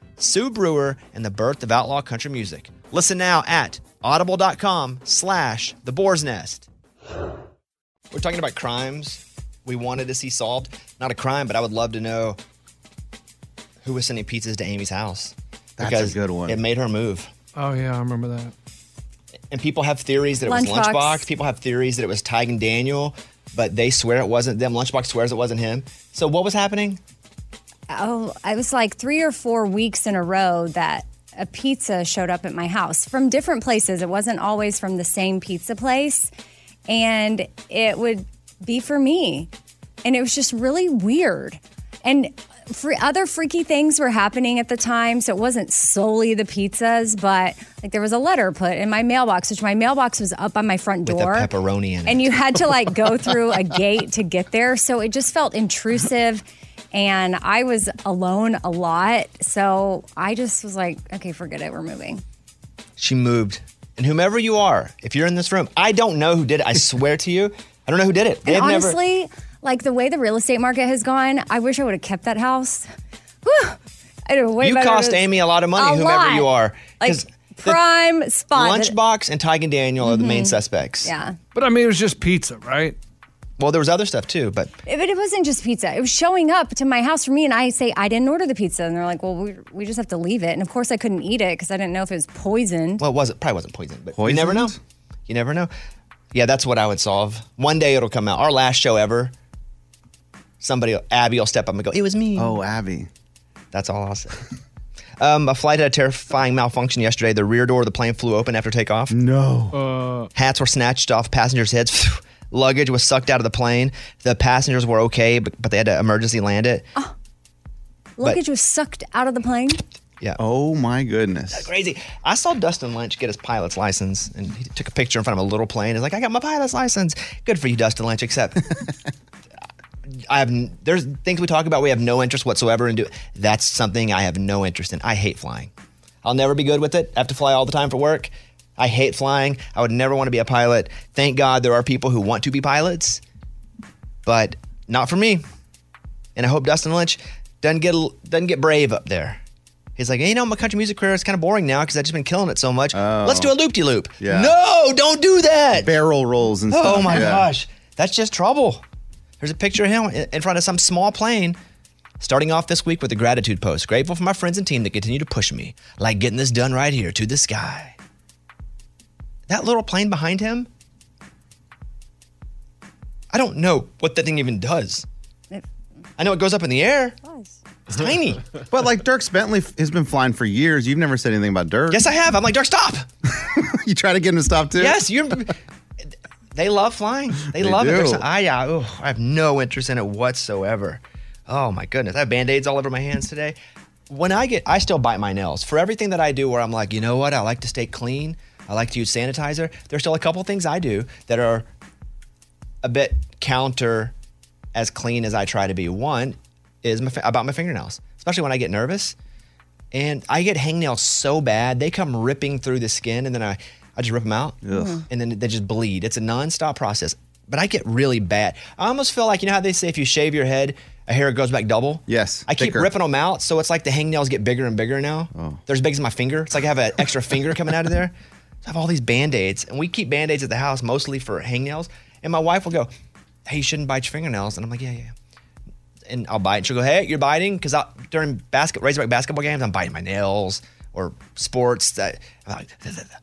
Speaker 1: Sue Brewer and the birth of outlaw country music. Listen now at audible.com slash the boar's nest. We're talking about crimes we wanted to see solved. Not a crime, but I would love to know who was sending pizzas to Amy's house.
Speaker 5: That's a
Speaker 1: Because
Speaker 5: good one.
Speaker 1: It made her move.
Speaker 6: Oh, yeah, I remember that.
Speaker 1: And people have theories that it was
Speaker 6: Lunchbox.
Speaker 1: Lunchbox. People have theories that it was Tygan Daniel, but they swear it wasn't them. Lunchbox swears it wasn't him. So what was happening?
Speaker 2: oh, I was like three or four weeks in a row that a pizza showed up at my house from different places. It wasn't always from the same pizza place. And it would be for me. And it was just really weird. And fr- other freaky things were happening at the time. So it wasn't solely the pizzas, but like there was a letter put in my mailbox, which my mailbox was up by my front
Speaker 1: with a
Speaker 2: door
Speaker 1: pepperoni in it.
Speaker 2: and you had to like go through a gate to get there so it just felt intrusive and i was alone a lot so i just was like okay forget it we're moving
Speaker 1: She moved. And whomever you are, if you're in this room, I don't know who did it. I swear to you, I don't know who did it.
Speaker 2: and
Speaker 1: They've never-
Speaker 2: honestly like the way the real estate market has gone i wish i would have kept that house Whew. I'd have way
Speaker 1: you
Speaker 2: better
Speaker 1: cost
Speaker 2: to-
Speaker 1: Amy a lot of money,
Speaker 2: A
Speaker 1: whomever
Speaker 2: lot.
Speaker 1: you are.
Speaker 2: like
Speaker 1: 'Cause
Speaker 2: prime spot that-
Speaker 1: Lunchbox and Tygan Daniel are the main
Speaker 2: Mhm.
Speaker 1: suspects.
Speaker 2: yeah
Speaker 1: But I mean, it was just pizza, right? Well, there was other stuff too, but
Speaker 2: It- But it wasn't just pizza. It was showing up to my house for me, and I say I didn't order the pizza, and they're like, "Well, we, we just have to leave it." And of course, I couldn't eat it because I didn't know if it was poisoned.
Speaker 1: well, it wasn't probably wasn't poison, but you never know. You never know. Yeah, that's what I would solve. One day it'll come out. Our last show ever. Somebody, Abby, will step up and go, "It was me." Oh, Abby. That's all I'll say. Um, a flight had a terrifying malfunction yesterday. The rear door of the plane flew open after takeoff. No. Hats were snatched off passengers' heads. Luggage was sucked out of the plane. The passengers were okay, but, but they had to emergency land it.
Speaker 2: Luggage was sucked out of the plane.
Speaker 1: Yeah. Oh my goodness. Crazy. I saw Dustin Lynch get his pilot's license and he took a picture in front of a little plane. He's like, I got my pilot's license. Good for you, Dustin Lynch, except I have n- there's things we talk about we have no interest whatsoever in do that's something I have no interest in. I hate flying. I'll never be good with it. I have to fly all the time for work. I hate flying. I would never want to be a pilot. Thank God there are people who want to be pilots, but not for me. And I hope Dustin Lynch doesn't get a- doesn't get brave up there. He's like, hey, you know, my country music career is kind of boring now because I've just been killing it so much. Let's do a loop de loop.
Speaker 5: Yeah.
Speaker 1: No, don't do that.
Speaker 5: Barrel rolls and stuff.
Speaker 1: Oh my
Speaker 5: yeah.
Speaker 1: gosh, that's just trouble. There's a picture of him in in front of some small plane. Starting off this week with a gratitude post. Grateful for my friends and team that continue to push me, like getting this done right here to the sky. That little plane behind him, I don't know what that thing even does.
Speaker 2: It-
Speaker 1: I know it goes up in the air. It's tiny.
Speaker 5: But like Dirks Bentley f- has been flying for years. You've never said anything about Dirk.
Speaker 1: Yes, I have. I'm like, Dirk, stop.
Speaker 5: you try to get him to stop too?
Speaker 1: Yes, you're. They love flying.
Speaker 5: They
Speaker 1: They, love it.
Speaker 5: do.
Speaker 1: There's- I, I, ooh, I have no interest in it whatsoever. Oh my goodness, I have band-aids all over my hands today. When I get, I still bite my nails for everything that I do. Where I'm like, you know what? I like to stay clean. I like to use sanitizer. There's still a couple things I do that are a bit counter as clean as I try to be. One is my, fi- about my fingernails, especially when I get nervous. And I get hangnails so bad, they come ripping through the skin, and then I, I just rip them out,
Speaker 5: Ugh.
Speaker 1: and then they just bleed. It's a nonstop process. But I get really bad. I almost feel like you know how they say if you shave your head, a hair goes back double.
Speaker 5: Yes.
Speaker 1: I keep
Speaker 5: thicker.
Speaker 1: ripping them out, so it's like the hangnails get bigger and bigger now. They're as big as my finger. It's like I have an extra finger coming out of there. So I have all these band aids, and we keep band aids at the house mostly for hangnails. And my wife will go, Hey, you shouldn't bite your fingernails. And I'm like, Yeah, yeah. And I'll bite. And she'll go, Hey, you're biting? Because during basket, Razorback basketball games, I'm biting my nails or sports. That, I'm like, "Th- th- th-"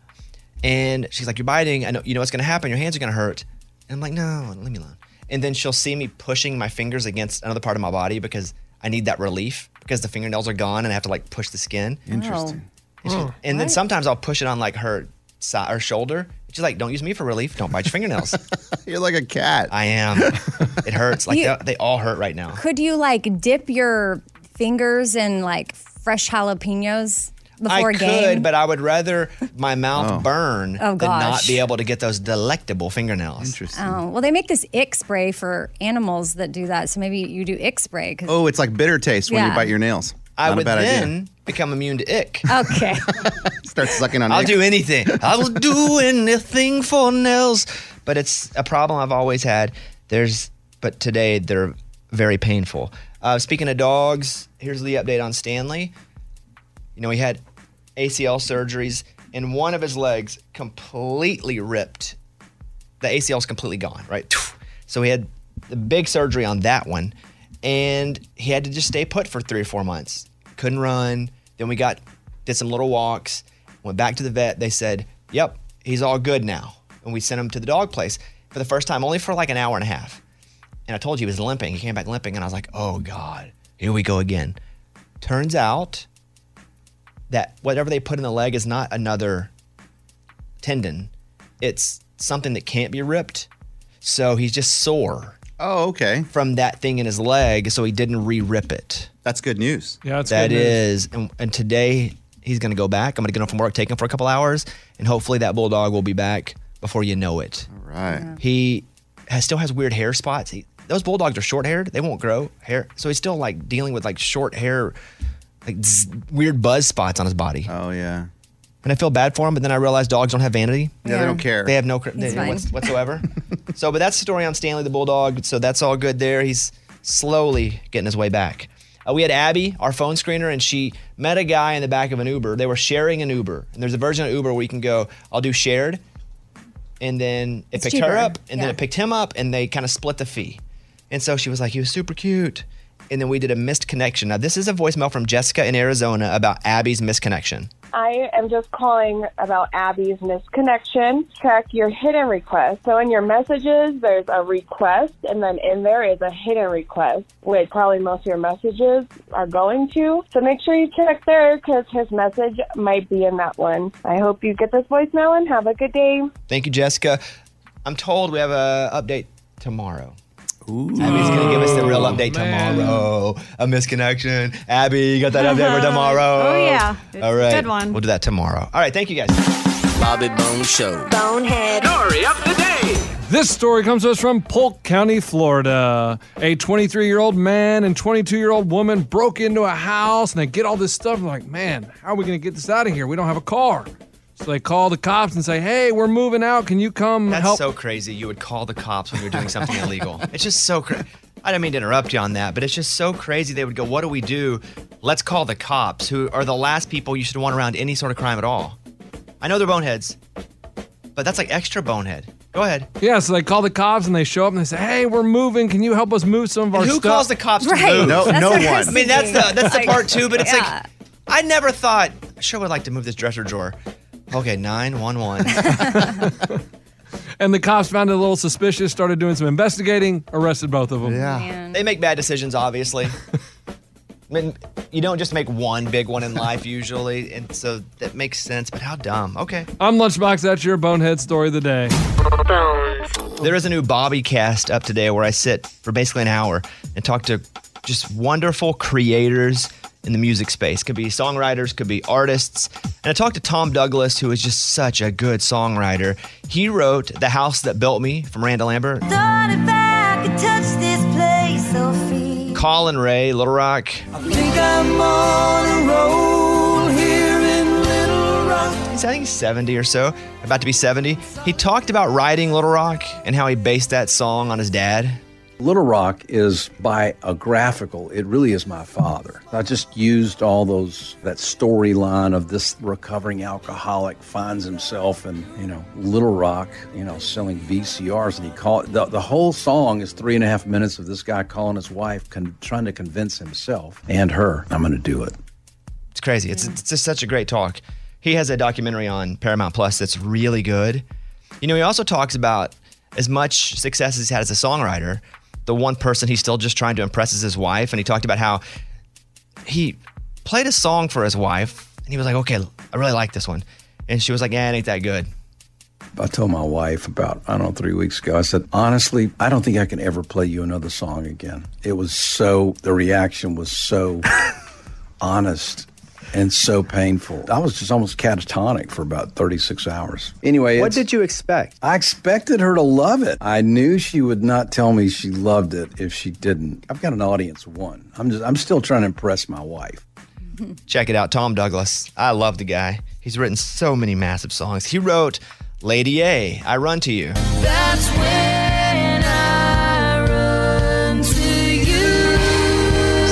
Speaker 1: and she's like, You're biting. I know, you know what's going to happen. Your hands are going to hurt. And I'm like, No, leave me alone. And then she'll see me pushing my fingers against another part of my body because I need that relief because the fingernails are gone and I have to like push the skin.
Speaker 5: Oh. Interesting.
Speaker 1: And, she- and then sometimes I'll push it on like her side, her shoulder. She's like, "Don't use me for relief. Don't bite your fingernails."
Speaker 5: You're like a cat.
Speaker 1: I am. It hurts. Like
Speaker 2: You-
Speaker 1: they, they all hurt right now.
Speaker 2: Could you like dip your fingers in like fresh jalapenos before a
Speaker 1: I
Speaker 2: game?
Speaker 1: could, but I would rather my mouth burn
Speaker 2: Oh,
Speaker 1: than not
Speaker 2: gosh.
Speaker 1: be able to get those delectable fingernails. Interesting.
Speaker 2: Oh well, they make this ick spray for animals that do that. So maybe you do ick spray. 'cause-
Speaker 5: Oh, it's like bitter taste when
Speaker 2: Yeah.
Speaker 5: you bite your nails.
Speaker 1: I
Speaker 5: Not
Speaker 1: would
Speaker 5: a bad
Speaker 1: then
Speaker 5: idea.
Speaker 1: become immune to ick.
Speaker 2: okay.
Speaker 5: Start sucking on.
Speaker 1: I'll
Speaker 5: eggs.
Speaker 1: do anything. I will do anything for nails. But it's a problem I've always had. There's, but today they're very painful. Uh, speaking of dogs, here's the update on Stanley. You know, he had ACL surgeries, and one of his legs completely ripped. The ACL is completely gone, right? So he had the big surgery on that one, and he had to just stay put for three or four months. Couldn't run. Then we got did some little walks. Went back to the vet. They said, "Yep, he's all good now." And we sent him to the dog place for the first time, only for like an hour and a half. And I told you he was limping. He came back limping, and I was like, "Oh God, Here we go again. Turns out that whatever they put in the leg is not another tendon, it's something that can't be ripped. So he's just sore.
Speaker 5: Oh, okay.
Speaker 1: From that thing in his leg, so he didn't re rip it.
Speaker 5: That's good news.
Speaker 6: Yeah, that's
Speaker 1: That
Speaker 6: good news.
Speaker 1: is- And, and today he's going to go back. I'm going to get him from work, take him for a couple hours, and hopefully that bulldog will be back before you know it. All
Speaker 5: right.
Speaker 1: He has, still has weird hair spots. He, those bulldogs are short haired, they won't grow hair. So he's still like dealing with like short hair, like zzz, weird buzz spots on his body.
Speaker 5: Oh, yeah.
Speaker 1: And I feel bad for him, but then I realized dogs don't have vanity.
Speaker 5: Yeah, they Yeah. don't care.
Speaker 1: They have no cr-
Speaker 5: He's
Speaker 1: they-
Speaker 5: fine.
Speaker 1: what's- whatsoever. so, but that's the story on Stanley the Bulldog. So that's all good there. He's slowly getting his way back. Uh, we had Abby, our phone screener, and she met a guy in the back of an Uber. They were sharing an Uber. And there's a version of Uber where you can go, I'll do shared. And then it
Speaker 7: It's
Speaker 1: picked
Speaker 7: cheaper.
Speaker 1: her up, and then
Speaker 7: Yeah.
Speaker 1: it picked him up, and they kind of split the fee. And so she was like, he was super cute. And then we did a missed connection. Now, this is a voicemail from Jessica in Arizona about Abby's misconnection.
Speaker 20: I am just calling about Abby's misconnection. Check your hidden request. So in your messages, there's a request, and then in there is a hidden request, which probably most of your messages are going to. So make sure you check there because his message might be in that one. I hope you get this voicemail and have a good day.
Speaker 1: Thank you, Jessica. I'm told we have a update tomorrow. Ooh. Abby's gonna give us the real update tomorrow. A misconnection. Abby, you got that update for tomorrow.
Speaker 16: Oh, yeah. It's
Speaker 1: All
Speaker 16: a
Speaker 1: right.
Speaker 16: good one.
Speaker 1: We'll do that tomorrow. All right. Thank you guys. Bobby Bone Show.
Speaker 20: Bonehead.
Speaker 4: Story of the day.
Speaker 6: This story comes to us from Polk County, Florida. A 23 year old man and 22 year old woman broke into a house and they get all this stuff. I'm like, man, how are we going to get this out of here? We don't have a car. So they call the cops and say, hey, we're moving out. Can you come
Speaker 1: That's
Speaker 6: help?
Speaker 1: so crazy. You would call the cops when you're doing something illegal. It's just so crazy. I didn't mean to interrupt you on that, but it's just so crazy. They would go, "What do we do? Let's call the cops, who are the last people you should want around any sort of crime at all." I know they're boneheads, but that's like extra bonehead. Go ahead.
Speaker 6: yeah, so they call the cops and they show up and they say, hey, we're moving. Can you help us move some of our
Speaker 1: And who
Speaker 6: stuff?
Speaker 1: calls the cops to Right. move? No- That's no what I one. was I mean, that's the- that's the thinking. part too, but it's like- Yeah. I never thought. I sure would like to move this dresser drawer. Okay, nine one one.
Speaker 6: And the cops found it a little suspicious, started doing some investigating, arrested both of them.
Speaker 1: They make bad decisions, obviously. I mean, you don't just make one big one in life usually, and so that makes sense. But how dumb? Okay.
Speaker 6: I'm Lunchbox. That's your bonehead story of the day.
Speaker 1: There is a new Bobby cast up today where I sit for basically an hour and talk to just wonderful creators in the music space. Could be songwriters, could be artists. And I talked to Tom Douglas, who is just such a good songwriter. He wrote The House That Built Me from Randall Lambert.
Speaker 12: Thought if I could touch this place or feel.
Speaker 1: Colin Ray, Little Rock.
Speaker 4: Think I'm on a roll here in Little Rock.
Speaker 1: He's, I think he's 70 or so, about to be 70. He talked about writing Little Rock and how he based that song on his dad.
Speaker 17: Little Rock is by a graphical, it really is my father. I just used all those, that storyline of this recovering alcoholic finds himself in, you know, Little Rock, you know, selling VCRs and he called, the, the whole song is three and a half minutes of this guy calling his wife, con, trying to convince himself and her, I'm going to do it.
Speaker 1: It's crazy. It's, it's just such a great talk. He has a documentary on Paramount Plus that's really good. You know, he also talks about as much success as he's had as a songwriter, the one person he's still just trying to impress is his wife. And he talked about how he played a song for his wife and he was like, okay, I really like this one. And she was like, yeah, it ain't that good.
Speaker 17: I told my wife about, I don't know, three weeks ago, I said, honestly, I don't think I can ever play you another song again. It was so, the reaction was so honest and so painful. I was just almost catatonic for about 36 hours. Anyway,
Speaker 1: What
Speaker 17: it's-
Speaker 1: did you expect?
Speaker 17: I expected her to love it. I knew she would not tell me she loved it if she didn't. I've got an audience of one. I'm just, I'm still trying to impress my wife.
Speaker 1: Check it out, Tom Douglas. I love the guy. He's written so many massive songs. He wrote Lady A, I Run to You.
Speaker 4: That's when I run to you.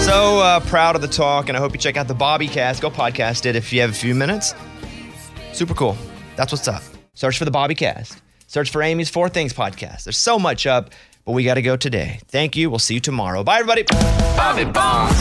Speaker 1: So uh, proud of the talk, and I hope you check out the Bobby Cast. Go podcast it if you have a few minutes. Super cool. That's what's up. Search for the Bobby Cast. Search for Amy's Four Things podcast. There's so much up, but we got to go today. Thank you. We'll see you tomorrow. Bye, everybody.
Speaker 4: Bobby Bones.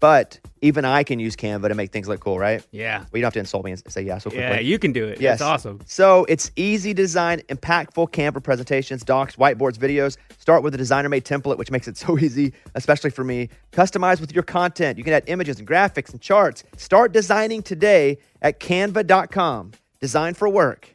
Speaker 1: But even I can use Canva to make things look cool, right?
Speaker 19: Yeah.
Speaker 1: Well, you don't have to insult me and say yeah so quickly.
Speaker 19: Yeah, you can do it.
Speaker 1: Yes.
Speaker 19: It's awesome.
Speaker 1: So it's easy design, impactful Canva presentations, docs, whiteboards, videos. Start with a designer made template, which makes it so easy, especially for me. Customize with your content. You can add images and graphics and charts. Start designing today at canva.com. Design for work.